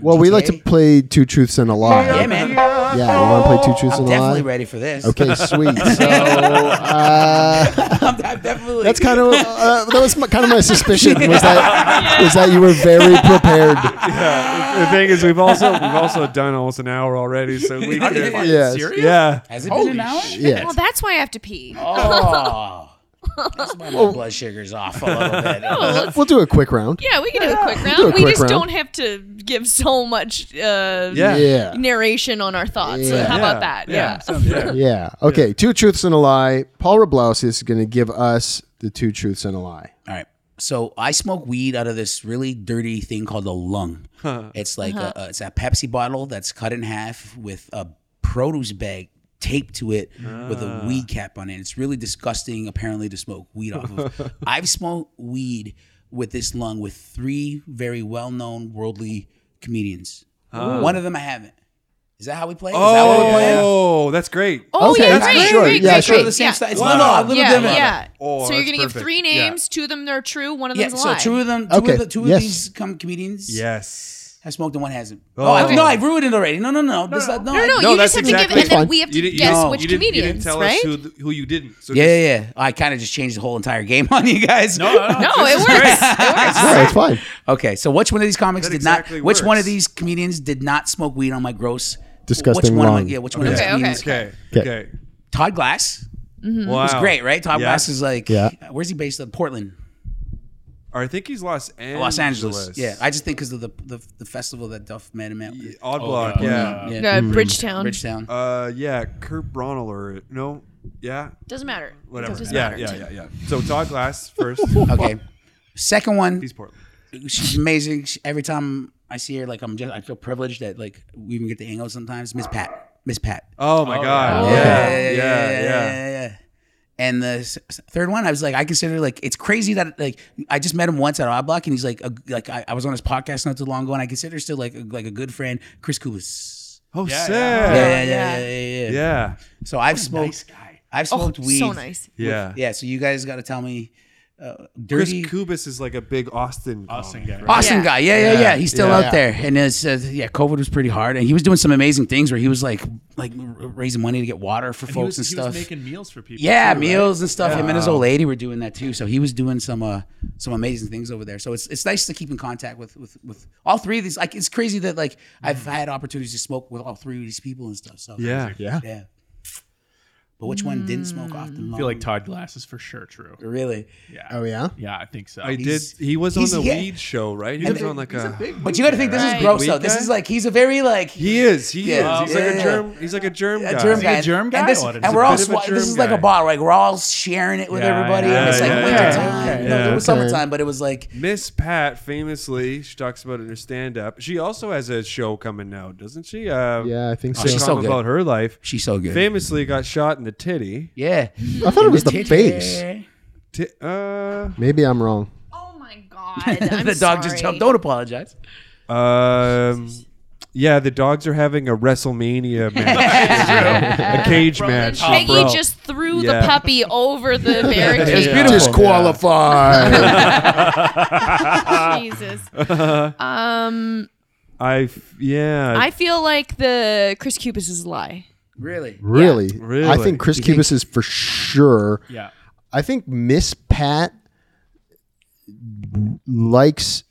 S5: well, we like to play two truths and a lie.
S4: [LAUGHS] Yeah, man.
S5: Yeah, you want to play two truths and a lie?
S4: Definitely ready for this.
S5: Okay, sweet. So uh,
S4: [LAUGHS] I'm, I'm definitely.
S5: that's kind [LAUGHS] of uh, that was my, kind of my suspicion was that was that you were very prepared.
S1: The thing is, we've also we've also done almost an hour already, so
S2: [LAUGHS]
S1: we could,
S5: Yes.
S1: yeah.
S4: Has it been an hour?
S5: Yeah.
S2: Well, that's why I have to pee.
S4: Oh, that's why my blood sugar's off a little
S5: [LAUGHS]
S4: bit.
S2: Oh,
S5: We'll do a quick round.
S2: Yeah, we can do a quick round.
S5: do a
S2: we
S5: quick
S2: just
S5: round.
S2: don't have to give so much uh,
S1: Yeah.
S5: Yeah.
S2: narration on our thoughts.
S5: Yeah.
S2: How
S1: Yeah.
S2: about that? Yeah.
S5: Yeah. Okay. Two truths and a lie. Paul Rablaus is going to give us the two truths and a lie.
S4: All right. So I smoke weed out of this really dirty thing called a lung. It's like
S2: Uh-huh.
S4: a, a- it's a Pepsi bottle that's cut in half with a produce bag taped to it with a weed cap on it. It's really disgusting apparently to smoke weed off of. I've smoked weed with this lung with three very well-known worldly comedians. One of them I haven't. Is that how we play? Is that what we're playing?
S1: Oh, that's great.
S2: Oh,
S5: Okay,
S2: yeah,
S5: that's
S2: great,
S5: sure.
S2: great,
S5: Yeah,
S2: great,
S5: sure.
S2: great.
S4: The same
S2: yeah.
S4: style. It's little- a little
S2: yeah,
S4: different.
S2: yeah.
S1: Oh,
S2: so you're
S1: that's
S2: gonna give
S1: perfect.
S2: three
S1: Yeah.
S2: names. Two of them are true. One of
S4: Yeah,
S2: them's a
S4: so
S2: lie.
S4: two of them, two,
S5: Okay,
S4: of, the, two
S5: yes.
S4: of these come comedians.
S1: Yes.
S4: I smoked and one hasn't. Oh, I've, no, I've ruined it already. No, no, no. This, no,
S2: No,
S4: I-
S2: no,
S1: No,
S2: Oh, you
S1: that's
S2: just have to give,
S1: exactly-
S2: and then
S5: Fine.
S2: we have to
S1: You didn't-
S2: guess
S4: no,
S2: which
S1: you didn't,
S2: comedians,
S1: you didn't tell
S2: right?
S1: us who, th- who you didn't. So
S4: Yeah,
S1: just-
S4: yeah, yeah. I kind of just changed the whole entire game [LAUGHS] on you guys. No,
S2: no, it works.
S5: All right, fine.
S4: Okay, so which one of these comics
S1: That
S4: did
S1: exactly
S4: not? Which one
S1: works.
S4: of these comedians did not smoke weed on my gross?
S5: Disgusting
S4: Which one? am I-
S5: lung.
S4: yeah, which one of these
S2: Okay, okay. Mm-hmm.
S4: comedians?
S1: Okay.
S5: Okay.
S1: Okay.
S4: Todd Glass.
S1: Wow.
S4: It's great, right? Todd
S1: Oh. Yeah.
S4: Glass is like,
S5: Yeah.
S4: where's he based on? Portland,
S1: Or I think he's Los Angeles.
S4: Oh, Los Angeles. Yeah, I Oh, just think because of the, the the festival that Duff met him at.
S1: Odd Block. yeah.
S4: Yeah.
S2: Uh, Bridgetown
S4: Bridgetown.
S1: Uh, yeah. Kurt Bronell or no? Yeah.
S2: doesn't matter.
S1: Whatever.
S2: Doesn't
S1: Yeah,
S2: matter.
S1: yeah, yeah, yeah. So Todd Glass
S4: [LAUGHS]
S1: first.
S4: okay. Second one.
S1: he's Portland.
S4: she's amazing. She, every time I see her, like I'm just I feel privileged that like we even get to hang out sometimes. Miss Pat, Miss Pat.
S1: Oh my God. Yeah. Yeah. Yeah.
S4: yeah. And the s- s- third one, I was like, I consider like it's crazy that like I just met him once at Odd Block, and he's like, a, like I, I was on his podcast not too long ago, and I consider still like a, like a good friend, Chris Coolis.
S1: Oh, sick.
S4: Yeah,
S1: Yeah.
S4: yeah, yeah, yeah, yeah, yeah.
S1: Yeah.
S4: So I've smoked, [LAUGHS] I've
S2: Oh,
S4: smoked weed.
S2: so nice.
S1: yeah.
S4: Yeah. So you guys got to tell me, uh,
S1: Chris
S4: dirty.
S1: Kubis is like a big Austin. Austin guy.
S4: Awesome
S2: Yeah.
S4: guy. Yeah, yeah, yeah. He's still
S1: Yeah.
S4: out there. And it's, uh, yeah, COVID was pretty hard. And he was doing some amazing things where he was like like r- raising money to get water for
S6: He
S4: folks
S6: was,
S4: and
S6: he
S4: stuff.
S6: was making meals for people.
S4: yeah,
S6: too, right?
S4: meals and stuff. Him and his old lady were doing that too. So he was doing some uh, some amazing things over there. So it's it's nice to keep in contact with with, with all three of these. Like it's crazy that like I've had opportunities to smoke with all three of these people and stuff. So
S1: Yeah.
S5: Yeah.
S4: yeah. But which one didn't smoke off the
S6: I feel like Todd Glass is for sure true.
S4: really.
S5: Oh yeah.
S6: Yeah, I think so.
S1: I did.
S4: He's-
S1: He was on
S4: he's-
S1: the
S4: yeah.
S1: weed show, right? He was on like a.
S4: But you got to think this is
S2: Right.
S4: gross though.
S1: Weed
S4: This
S1: guy?
S4: is like he's a very like
S1: He is. He
S4: Yeah.
S1: is. He's like
S4: Yeah.
S1: a germ. He's like a germ
S4: a
S1: guy.
S4: germ guy.
S6: a germ
S4: And-
S6: guy
S4: And, this,
S6: or is
S4: and
S6: he
S4: we're
S6: a
S4: all
S1: bit of a
S4: swa-
S1: germ
S4: this is like
S1: guy?
S4: a bar, like we're all sharing it with
S6: Yeah,
S4: everybody.
S6: yeah,
S4: and it's like
S1: yeah,
S4: winter
S6: yeah,
S4: time.
S6: okay,
S4: You know,
S1: yeah.
S4: It was
S5: Okay.
S4: summertime, but it was like
S1: Miss Pat famously, she talks about it in her stand up. She also has a show coming now, doesn't she? Uh,
S5: Yeah, I think so.
S4: she's so
S1: sitcom
S4: good.
S1: about her life.
S4: she's so good.
S1: Famously got shot in the titty.
S4: [LAUGHS] Yeah.
S5: I thought it was the face.
S1: Ti- uh,
S5: Maybe I'm wrong.
S2: Oh my god. I'm
S4: the dog just
S2: sorry.
S4: jumped. Don't apologize.
S1: um, yeah, the dogs are having a WrestleMania match, a cage match.
S2: Peggy
S1: Bro.
S2: just threw the
S1: Yeah.
S2: puppy over the barricade.
S5: Disqualified.
S4: Ah. [LAUGHS]
S2: Jesus. Um,
S1: I f- yeah.
S2: I feel like the Chris Cubis is a lie.
S4: Really?
S5: really?
S1: Really?
S5: I think Chris Cubis is for sure.
S6: Yeah.
S5: I think Miss Pat likes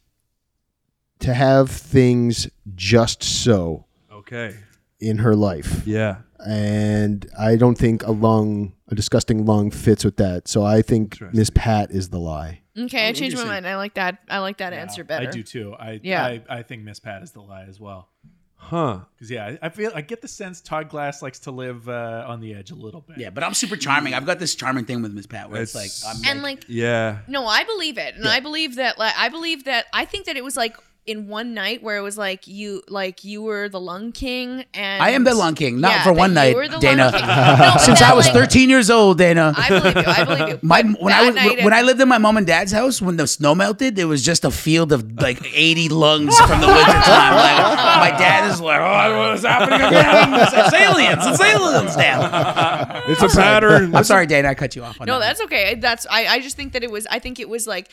S5: to have things just so
S1: okay.
S5: in her life.
S1: Yeah.
S5: And I don't think a lung, a disgusting lung fits with that. So I think Miss Pat is
S2: [LAUGHS]
S5: the lie.
S4: Oh,
S2: Okay, I changed my mind. I like that. I like that answer better.
S6: I do too. I
S2: Yeah.
S6: I, I think Miss Pat is the lie as well.
S1: Huh.
S6: Because yeah, I- I feel I get the sense Todd Glass likes to live uh, on the edge a little bit.
S4: Yeah, but I'm super charming. I've got this charming thing with Miss Pat where it's,
S1: It's-
S4: like I'm
S2: And like,
S1: Yeah.
S2: no, I believe it, and I believe that. Like, I believe that. I think that it was like in one night where it was like you like you were the lung king and
S4: I am the lung king, not for
S2: that
S4: one
S2: you
S4: night,
S2: were the lung
S4: Dana. [LAUGHS]
S2: king. No, but
S4: Since
S2: that,
S4: I was
S2: like,
S4: 13 years old, Dana.
S2: I believe you. I believe you.
S4: my
S2: But
S4: when I
S2: that
S4: was
S2: night
S4: when I
S2: and-
S4: lived in my mom and dad's house, when the snow melted, it was just a field of like eighty lungs from the
S2: [LAUGHS]
S4: winter time. Like, my dad is like, "Oh, what's happening again? It's aliens! It's aliens now!"
S1: It's a
S2: [LAUGHS]
S1: pattern.
S4: I'm sorry, Dana, I cut you off. On
S2: No,
S4: that.
S2: that's okay. That's I, I just think that it was I think it was like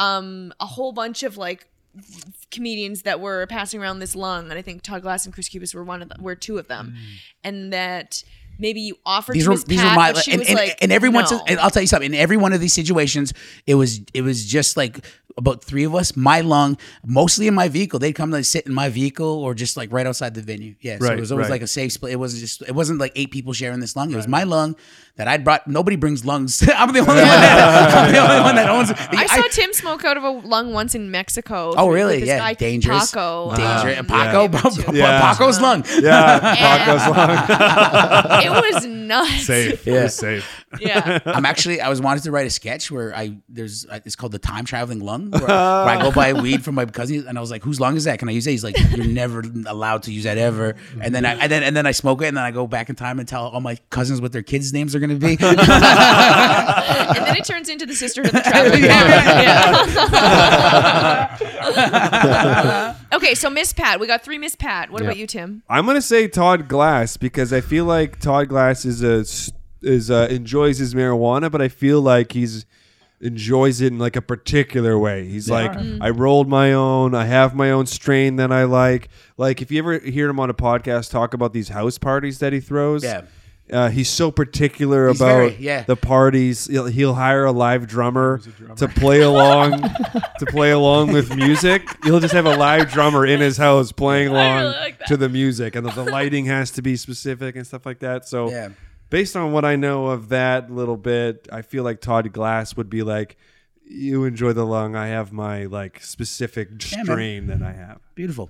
S2: um a whole bunch of like comedians that were passing around this lung and I think Todd Glass and Chris Cubis were one of them were two of them. And that maybe you offered
S4: Mm. these
S2: to
S4: were
S2: Miss
S4: these
S2: Pat,
S4: were my
S2: but she
S4: and,
S2: was
S4: and,
S2: like,
S4: and every once
S2: no.
S4: and uh, I'll tell you something. In every one of these situations, it was it was just like about three of us, my lung, mostly in my vehicle. They'd come and sit in my vehicle or just like right outside the venue. Yeah, so
S1: Right,
S4: it was always
S1: right.
S4: like a safe split. It wasn't just it wasn't like eight people sharing this lung. It was my lung that I brought. Nobody brings lungs. [LAUGHS] I'm the only one. That, I'm the only one that owns.
S2: I saw Tim smoke out of a lung once in Mexico.
S4: Oh
S2: with
S4: really?
S2: this
S4: Yeah,
S2: guy,
S4: dangerous.
S2: Paco.
S4: Danger.
S2: Um,
S4: Paco.
S2: yeah.
S4: Paco-
S1: Yeah.
S4: [LAUGHS] Paco's lung.
S1: Yeah,
S2: And-
S1: Paco's lung.
S2: [LAUGHS] it was nuts.
S3: Safe.
S4: Yeah.
S3: Yeah. Safe.
S2: Yeah.
S4: I'm actually I was wanted to write a sketch where I there's uh, it's called the time traveling lung where, where I go buy weed from my cousin and I was like whose lung is that can I use it he's like you're never allowed to use that ever and then I and then and then I smoke it and then I go back in time and tell all my cousins what their kids names are gonna be [LAUGHS]
S2: [LAUGHS] and then it turns into the sisterhood of the
S1: [LAUGHS]
S2: traveling
S1: [LAUGHS]
S2: Yeah. [LAUGHS] okay, so Miss Pat, we got three Miss Pat. What about you, Tim?
S1: I'm gonna say Todd Glass because I feel like Todd Glass is a s- is uh enjoys his marijuana, but I feel like he's enjoys it in like a particular way. He's like, I rolled my own, I have my own strain that I like. Like if you ever hear him on a podcast talk about these house parties that he throws,
S4: Yeah.
S1: Uh, he's so particular
S4: He's
S1: about
S4: very- yeah.
S1: the parties. He'll, he'll hire a live drummer, to play along, to play along with music. He'll just have a live drummer in his house playing along
S2: really like that.
S1: to the music, and the, the lighting has to be specific and stuff like that. So,
S4: Yeah.
S1: based on what I know of that little bit, I feel like Todd Glass would be like, "You enjoy the lung. I have my like specific strain that I have."
S4: beautiful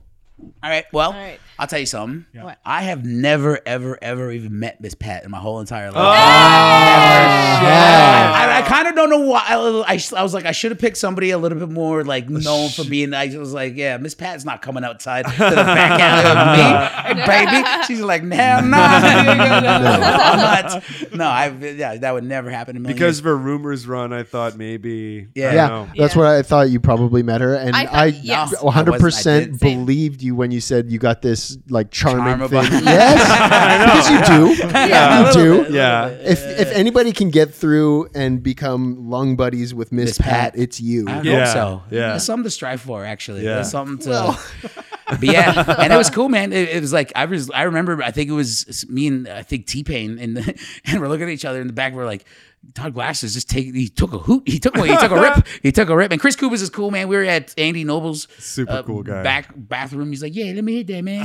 S4: all right well
S2: right.
S4: I'll tell you something
S2: What?
S4: I have never ever ever even met Miss Pat in my whole entire life.
S1: Oh.
S4: I, I kind of don't know why. I, I, I was like, I should have picked somebody a little bit more like known for being. I was like, yeah, Miss Pat's not coming outside to the back alley with me, hey, baby. She's like, nah, I'm not.
S2: [LAUGHS]
S4: I'm not. No, I, yeah, that would never happen to me.
S1: Because for rumors run, I thought maybe
S4: Yeah.
S1: I
S4: Yeah.
S1: don't know.
S5: That's
S2: Yeah.
S5: what I thought you probably met her, and
S2: I
S5: I,
S2: thought- yes. No, I
S5: 100
S4: wasn't. I did.
S5: percent
S2: Same.
S5: believed you when you said you got this like
S4: Charm
S5: charming [LAUGHS]
S4: about-
S5: thing.
S4: [LAUGHS]
S5: yes, because you do.
S4: Yeah, a
S5: you
S4: little
S5: do.
S4: bit.
S1: Uh, yeah.
S5: If if
S4: Uh,
S5: anybody can get through and become lung buddies with Miss
S4: Miss Pat.
S5: Pat, it's you.
S4: I
S1: Yeah,
S4: hope so.
S1: yeah.
S4: That's something to strive for, actually.
S1: Yeah.
S4: That's something to. [LAUGHS] but yeah, and it was cool, man. It, it was like I was. I remember. I think it was me and I think T Pain, and [LAUGHS] and we're looking at each other in the back. We're like, Todd Glass is just taking. He took a hoot. He took one. He took a rip. He took a rip. And Chris Cooper's is cool, man. We were at Andy Noble's uh,
S1: Super cool guy.
S4: back bathroom. He's like, yeah, let me hit
S1: [LAUGHS]
S4: that, man. [LAUGHS] I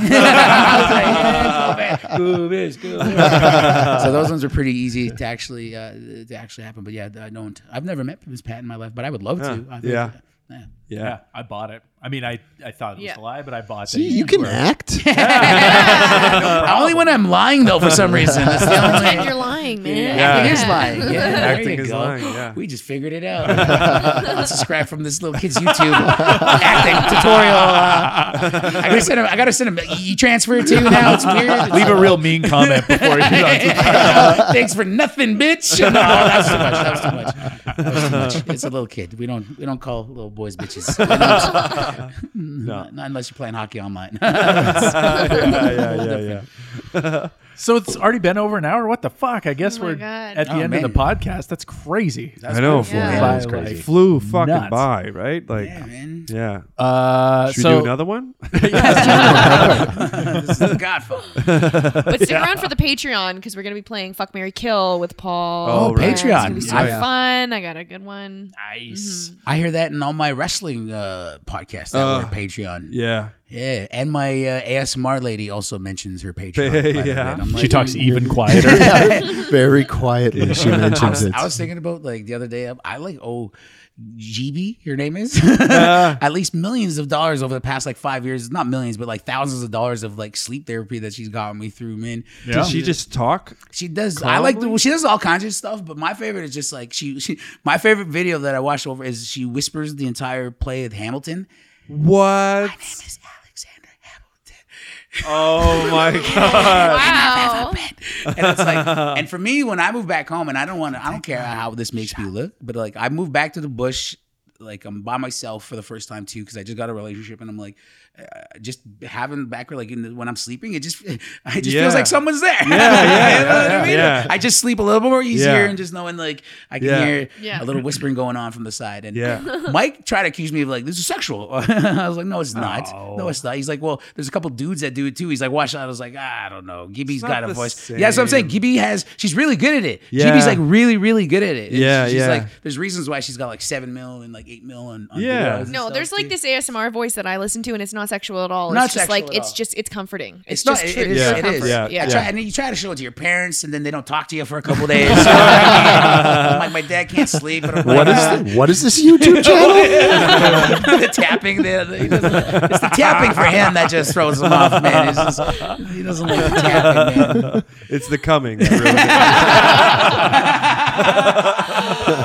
S4: was like, yeah, it's cool, man. Cool, man.
S1: [LAUGHS]
S4: so those ones are pretty easy to actually uh, to actually happen. But yeah, I don't. I've never met Miss Pat in my life, but I would love to. I think-
S1: Yeah.
S4: [LAUGHS] yeah.
S1: yeah.
S6: Yeah, I bought it. I mean, I, I thought it was
S2: Yeah.
S6: a lie, but I bought
S5: You-
S6: it.
S5: you
S4: [LAUGHS]
S5: can act.
S4: Only when I'm lying though, for some reason. That's
S1: [LAUGHS]
S4: the only
S2: Pretend you're lying, man.
S1: Yeah.
S4: Acting is lying. Yeah, [LAUGHS] there
S1: Acting
S4: you
S1: is
S4: go.
S1: lying, yeah.
S4: We just figured
S1: [LAUGHS]
S4: it out. Let's subscribe from this little kid's YouTube acting tutorial. Uh, I gotta send him. I gotta send him. You transfer to now. It's weird. It's
S3: Leave a real mean comment
S4: [LAUGHS]
S3: before you.
S4: Thanks for nothing, bitch. [LAUGHS] No, that was too much. That was too much. That was too much. It's a little kid. We don't we don't call little boys [LAUGHS] bitches. Not, not unless you're playing hockey [LAUGHS] online.
S1: [LAUGHS] yeah, yeah, yeah, yeah.
S3: So it's already been over an hour. What the fuck? I guess
S2: my
S3: we're
S2: God.
S3: at the
S4: Oh,
S3: end
S4: man.
S3: of the podcast. That's crazy.
S1: I know.
S2: cool. Yeah.
S1: Flew,
S3: That's crazy.
S1: flew fucking
S3: Nuts.
S1: by, right? Like,
S4: yeah, man.
S1: yeah.
S3: Uh,
S1: Should
S3: so
S1: we do another
S3: [LAUGHS]
S1: one?
S4: This is the Godfather.
S2: But stick around for the Patreon because we're gonna be playing Fuck Mary Kill with Paul.
S1: Oh,
S2: and it's
S4: Patreon.
S2: gonna be super
S4: Yeah.
S2: fun. I got a good one.
S3: nice.
S4: I hear that in all my wrestling uh, podcasts that were Patreon. Yeah.
S1: yeah.
S4: and my uh, ASMR lady also mentions her [LAUGHS] Patreon. quite a
S1: Yeah.
S4: bit. I'm
S3: She
S4: like, "Mm,
S3: talks [LAUGHS] even quieter.
S5: [LAUGHS] Very quietly,
S4: [LAUGHS]
S5: she
S4: I
S5: mentions
S4: was,
S5: it.
S4: I was thinking about like the other day. I- I like oh, GB, your name is [LAUGHS] at least millions of dollars over the past like five years. Not millions, but like thousands of dollars of like sleep therapy that she's gotten me through. Man,
S1: Did she just talk?
S4: She does. I like. The, well, she does all kinds of stuff, but my favorite is just like she. she my favorite video that I watched over is she whispers the entire play of Hamilton,
S1: What?
S4: It's Alexander Hamilton.
S1: [LAUGHS] Oh my god.
S2: [LAUGHS] Wow.
S4: and
S1: [LAUGHS]
S4: it's like, and for me, when I moved back home, and I don't want to, I don't care how this makes me look, but like I moved back to the bush, like I'm by myself for the first time too, because I just got a relationship, and I'm like, uh, just having back like in the, when I'm sleeping, it just, [LAUGHS] it just feels
S1: Yeah.
S4: like someone's there. Yeah,
S1: yeah,
S4: [LAUGHS] you know what
S1: yeah,
S4: I mean?
S1: yeah.
S4: I just sleep a little more easier,
S1: Yeah.
S4: and just knowing like I can
S1: Yeah.
S4: hear
S2: Yeah.
S4: a little whispering going on from the side, and
S1: Yeah.
S4: Mike tried to accuse me of like this is sexual. [LAUGHS] I was like, no, it's not.
S1: Oh.
S4: No, it's not. He's like, well, there's a couple dudes that do it too. He's like, watch out. I was like, "Ah, I don't know. Gibby's
S1: not
S4: got a
S1: the
S4: voice. Yeah, that's what I'm saying. Gibby has. She's really good at it.
S1: Yeah.
S4: Gibby's like really, really good at it. And
S1: Yeah,
S4: she's
S1: yeah.
S4: like, there's reasons why she's got like seven mil and like eight mil on. on
S1: Yeah.
S4: videos and
S2: No,
S4: stuff,
S2: there's like
S4: too.
S2: this ASMR voice that I listen to, and it's not sexual at all. It's
S4: Not
S2: just
S4: sexual
S2: like
S4: at
S2: it's
S4: all.
S2: just it's comforting. It's,
S4: It's not-
S2: just
S4: it
S2: true.
S4: is-
S2: pure
S4: it
S2: comfort.
S4: is.
S1: Yeah,
S2: yeah.
S4: I
S1: yeah.
S4: try, and then you try to show it to your parents, and then they don't talk to you for
S1: [LAUGHS]
S4: a couple days. I'm like, my dad can't sleep. And I'm like,
S5: What is
S4: "Ah."
S5: thi- what is this YouTube
S4: [LAUGHS]
S5: channel?
S4: the tapping, the, the- he doesn't- it's the tapping for him that just throws him off, man. It's just, he doesn't like the tapping, man.
S1: [LAUGHS] It's the coming. that ruins [LAUGHS]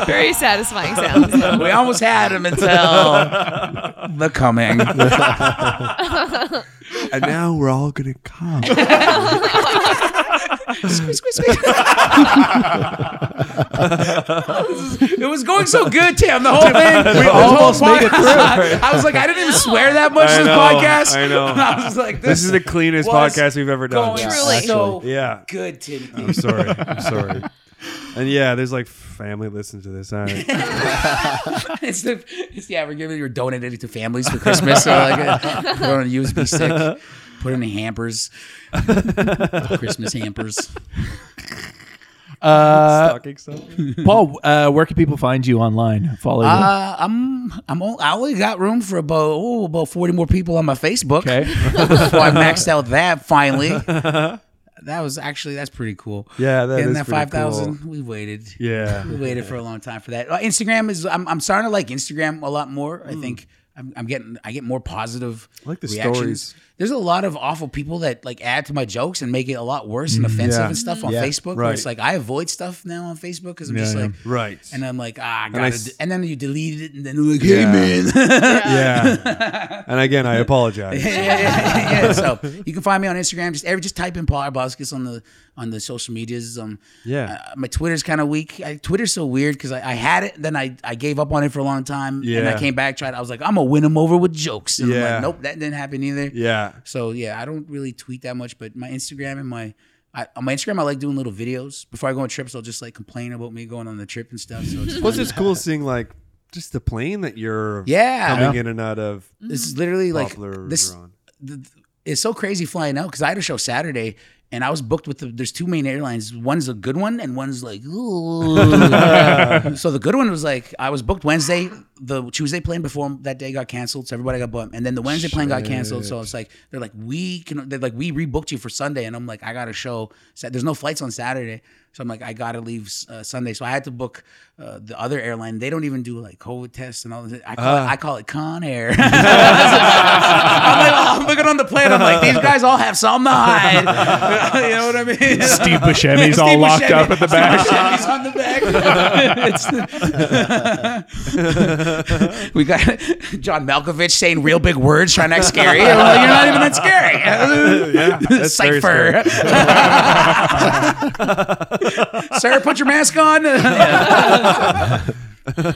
S2: Very satisfying sounds. though.
S4: [LAUGHS] We almost had him until [LAUGHS] the coming.
S1: it. [LAUGHS] and now we're all gonna come.
S4: It was going so good, Tim. The whole thing. [LAUGHS] We
S1: almost made it
S4: through. I was like, I didn't even swear that much
S1: I
S4: this
S1: know,
S4: podcast.
S1: I
S4: [LAUGHS]
S1: know.
S4: I was like, this,
S1: This is the cleanest
S4: was
S1: podcast we've [LAUGHS] ever done.
S4: going
S2: Truly.
S4: so
S1: Yeah.
S4: good, Tim.
S1: [LAUGHS] I'm sorry. I'm [LAUGHS] sorry. And yeah, there's like family listen to this. All right.
S4: it's the it's, yeah, we're giving we're donating it to families for Christmas. So like, uh, put it on a USB stick, put it
S1: [LAUGHS]
S4: in hampers, Christmas hampers.
S3: Uh,
S1: Talking [LAUGHS] stuff.
S3: Paul, uh, where can people find you online? Follow you.
S4: Uh, I'm I'm only, I only got room for about oh, about 40 more people on my Facebook.
S3: okay.
S4: so I [LAUGHS] maxed out that finally. that was actually that's pretty cool.
S1: Yeah, that
S4: Getting
S1: is
S4: that
S1: pretty
S4: five thousand,
S1: cool.
S4: we waited.
S1: Yeah.
S4: we waited for a long time for that. Uh, Instagram is I'm, I'm starting to like Instagram a lot more. I think I'm, I'm getting I get more positive.
S1: Hmm. I like the
S4: reactions.
S1: stories.
S4: There's a lot of awful people that like add to my jokes and make it a lot worse and offensive
S1: Mm, Yeah.
S4: and stuff on
S5: Yeah,
S4: Facebook. Where it's
S1: right.
S4: like I avoid stuff now on Facebook because I'm just like.
S1: Right.
S4: And I'm like, ah, I gotta.
S1: I
S4: And,
S1: s-
S4: and then you delete it, and then you're like, hey,
S1: Yeah.
S4: man.
S1: [LAUGHS] yeah. [LAUGHS] And again, I apologize. [LAUGHS]
S4: yeah, yeah, yeah, yeah. So you can find me on Instagram. Just every just type in Paul Arbuskis on the on the social medias. Um,
S1: Yeah.
S4: uh, my Twitter's kind of weak. I, Twitter's so weird because I, I had it, then I, I gave up on it for a long time. And
S1: Yeah.
S4: I came back, tried. I was like, I'm gonna win him over with jokes. And I'm
S1: Yeah.
S4: like, nope, that didn't happen either.
S1: Yeah.
S4: So yeah, I don't really tweet that much, but my Instagram and my I, on my Instagram, I like doing little videos. Before I go on trips, I'll just like complain about me going on the trip and stuff. So
S1: [LAUGHS]
S4: it's
S1: Well, it's
S4: fun.
S1: just cool seeing like just the plane that you're
S4: Yeah.
S1: coming in and out of.
S4: this is literally like
S1: Poplar
S4: this.
S1: Run.
S4: th- th- it's so crazy flying out because I had a show Saturday and I was booked with the, there's two main airlines. One's a good one and one's like, ooh. so the good one was like, I was booked Wednesday. The Tuesday plane before that day got canceled. So everybody got bumped. And then the Wednesday plane got canceled. So it's like, they're like, we can, they're like, we rebooked you for Sunday. And I'm like, I got a show. Sa- There's no flights on Saturday. So I'm like, I got to leave uh, Sunday. So I had to book uh, the other airline. They don't even do like COVID tests and all this. I call, it, I call it Con Air. [LAUGHS] I'm like, oh, I'm looking on the plane. I'm like, these guys all have something to
S3: [LAUGHS]
S4: hide. you know what I mean?
S3: [LAUGHS]
S4: [LAUGHS]
S3: Steve Buscemi's
S4: Steve
S3: all locked
S4: Buscemi.
S3: up at the back.
S4: Steve Buscemi's on the back. It's [LAUGHS] the- we got John Malkovich saying real big words, trying to act scary. I'm like, You're not even
S3: [LAUGHS]
S4: that scary.
S1: Yeah,
S4: [LAUGHS]
S1: that's very
S4: Cipher.
S1: scary.
S4: [LAUGHS] Sarah, put your mask on.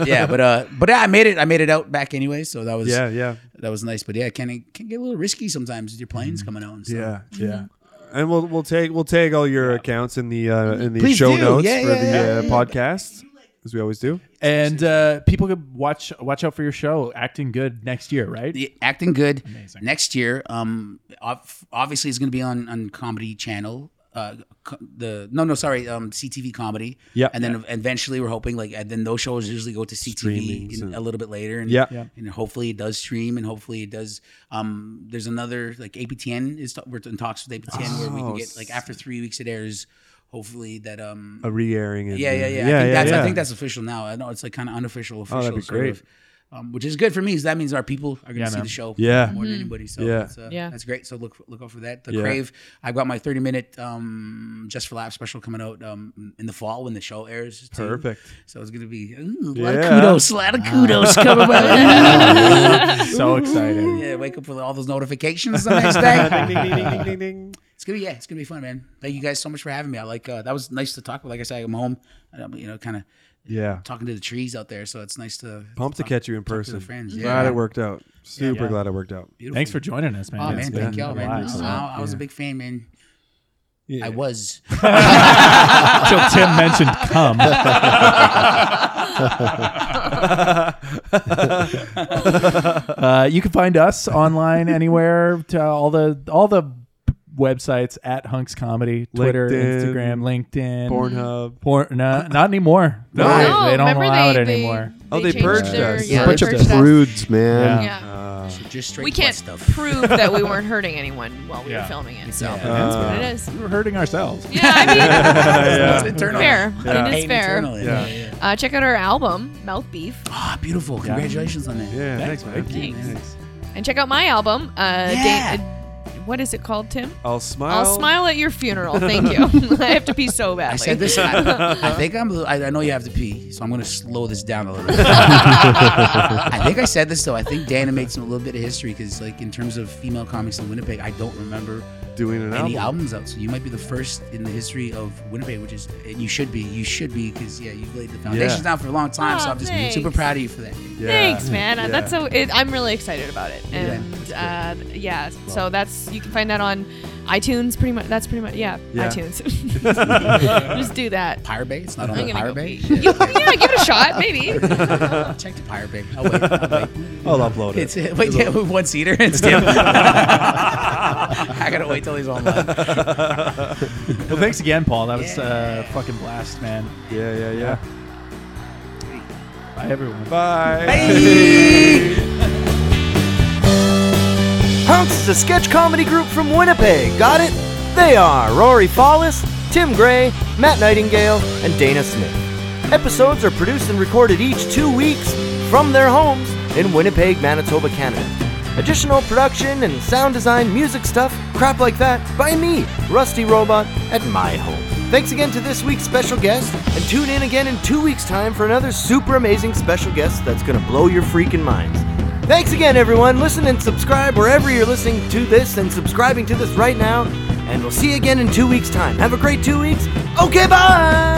S4: yeah. but uh, but I made it. I made it out back anyway, so that was
S1: Yeah, yeah,
S4: that was nice. But yeah, can it can get a little risky sometimes with your planes coming out and stuff.
S1: Mm-hmm. yeah, yeah. And we'll we'll take we'll tag all your accounts in the uh, in the
S4: Mm-hmm. Please
S1: show
S4: do.
S1: notes
S4: Yeah,
S1: for
S4: yeah,
S1: the
S4: yeah,
S1: uh, podcast, as we always do.
S3: [LAUGHS] And uh, people could watch watch out for your show, Acting Good, next year, right?
S4: The acting good next year. Um, ob- obviously it's going to be on on Comedy Channel. Uh, co- the no no sorry um CTV comedy
S1: Yeah.
S4: and then eventually we're hoping like and then those shows usually go to CTV
S1: Streamings
S4: in,
S1: and-
S4: a little bit later and
S1: Yeah. Yeah.
S4: and hopefully it does stream and hopefully it does um there's another like APTN is we're in talks with APTN where we
S1: Oh,
S4: can get like after three weeks it airs hopefully that um
S1: A re-airing. and-
S4: yeah, yeah, yeah. I, think that's, I think that's official now. I know it's like kind of unofficial, official.
S1: Oh, that'd be
S4: sort
S1: great.
S4: Of. um, which is good for me. because that means our people are going to
S3: Yeah,
S4: see
S3: man.
S4: the show
S1: Yeah.
S4: more than anybody. So
S1: Yeah.
S4: That's, uh,
S2: Yeah.
S4: that's great. So look look out for that. The
S1: Yeah.
S4: Crave. I've got my 30 minute um, Just for Laughs special coming out um, in the fall when the show airs. too.
S1: Perfect.
S4: So it's going to be ooh, a lot
S1: Yeah.
S4: of kudos, a lot of kudos coming
S1: [LAUGHS]
S4: out. [LAUGHS]
S3: so excited.
S4: yeah, wake up with all those notifications the next day.
S1: [LAUGHS] ding, ding, ding, ding, ding, ding, ding.
S4: It's gonna be yeah, it's gonna be fun, man. Thank you guys so much for having me. I like uh, that was nice to talk. Like I said, I'm home. I'm, you know, kind of
S1: Yeah.
S4: talking to the trees out there, so it's nice to
S1: Pumped to
S4: talk-
S1: catch you in
S4: talk to the
S1: person.
S4: friends.
S1: Glad
S4: Yeah.
S1: it worked out. Super
S3: Yeah.
S1: glad it worked out.
S4: Beautiful.
S3: Thanks for joining us, man.
S4: Oh
S3: It's
S4: man, thank
S3: been
S4: y'all,
S3: a
S4: man.
S3: lot.
S4: I, I- I was a big fan, man.
S1: Yeah.
S4: I was.
S3: Until Tim mentioned come. [LAUGHS] uh, you can find us online anywhere to all the all the websites at Hunks Comedy, Twitter,
S1: LinkedIn,
S3: Instagram, LinkedIn,
S1: Pornhub.
S3: Porn. No, not anymore.
S1: No.
S3: They-
S1: No,
S3: they don't
S2: Oh, remember
S3: allow
S2: they-
S3: it
S2: they-
S3: anymore.
S1: Oh, they
S2: changed
S1: purged
S2: their-
S1: us.
S2: Yeah,
S5: bunch
S2: they
S5: of
S2: purged us.
S5: prudes, man.
S3: Yeah.
S2: Yeah.
S1: Uh,
S4: Just straight
S2: We
S4: butt
S2: can't
S4: stuff.
S2: prove
S4: [LAUGHS]
S2: that we weren't hurting anyone while we were
S3: Yeah.
S2: filming it. So
S4: Yeah.
S2: that's what it
S3: [LAUGHS]
S2: is.
S3: We were hurting ourselves.
S2: Yeah, I mean,
S4: It's internal.
S2: fair. It is
S4: Pain
S2: fair.
S4: internally. Yeah. yeah.
S2: Uh, check out our album, Mouth Beef,
S4: Ah, beautiful. Congratulations on that.
S1: Yeah, thanks, man.
S2: Thanks. and check out my album. Uh,
S4: Yeah.
S2: Dan- uh, what is it called, Tim?
S1: I'll smile.
S2: I'll smile at
S4: [LAUGHS]
S2: your funeral. Thank you. [LAUGHS] I have to pee so badly.
S4: I said this.
S2: [LAUGHS]
S4: I, I think I'm. I, I know you have to pee, so I'm gonna slow this down a little. bit. I think I said this though. I think Dan made some a little bit of history because, like, in terms of female comics in Winnipeg, I don't remember
S1: doing an
S4: any
S1: album.
S4: albums out. So you might be the first in the history of Winnipeg, which is and you should be. You should be because yeah, you've laid the foundations
S1: Yeah.
S4: down for a long time. so
S2: Aw,
S4: I'm just
S2: Oh, thanks.
S4: super proud of you for that.
S1: Yeah.
S2: Thanks, man. Uh,
S1: Yeah.
S2: That's so. It, I'm really excited about it, and yeah, uh, yeah. So that's you can find that on iTunes. Pretty much. That's pretty much. Yeah,
S1: Yeah. [LAUGHS]
S2: iTunes. Just do that.
S4: Pirate Bay. It's not on
S2: I'm
S4: the
S2: gonna
S4: Pirate
S2: go
S4: Bay.
S2: pee. [LAUGHS] You- yeah, give it a shot, maybe.
S4: I'll check the Pirate Bay. I'll wait. I'll wait.
S1: I'll upload it.
S4: It's wait, yeah, with [LAUGHS] one seater. It's Tim. [LAUGHS] I gotta wait till he's online.
S3: Well, thanks again, Paul. That was uh, fucking blast, man.
S1: yeah, yeah, yeah.
S3: Bye, everyone.
S1: Bye.
S7: Hunks is a sketch comedy group from Winnipeg. Got it? They are Rory Fallis, Tim Gray, Matt Nightingale, and Dana Smith. Episodes are produced and recorded each two weeks from their homes in Winnipeg, Manitoba, Canada. Additional production and sound design, music stuff, crap like that, by me, Rusty Robot, at my home. Thanks again to this week's special guest, and tune in again in two weeks' time for another super amazing special guest that's gonna blow your freaking minds. Thanks again, everyone. Listen and subscribe wherever you're listening to this and subscribing to this right now. And we'll see you again in two weeks' time. Have a great two weeks. Okay, bye.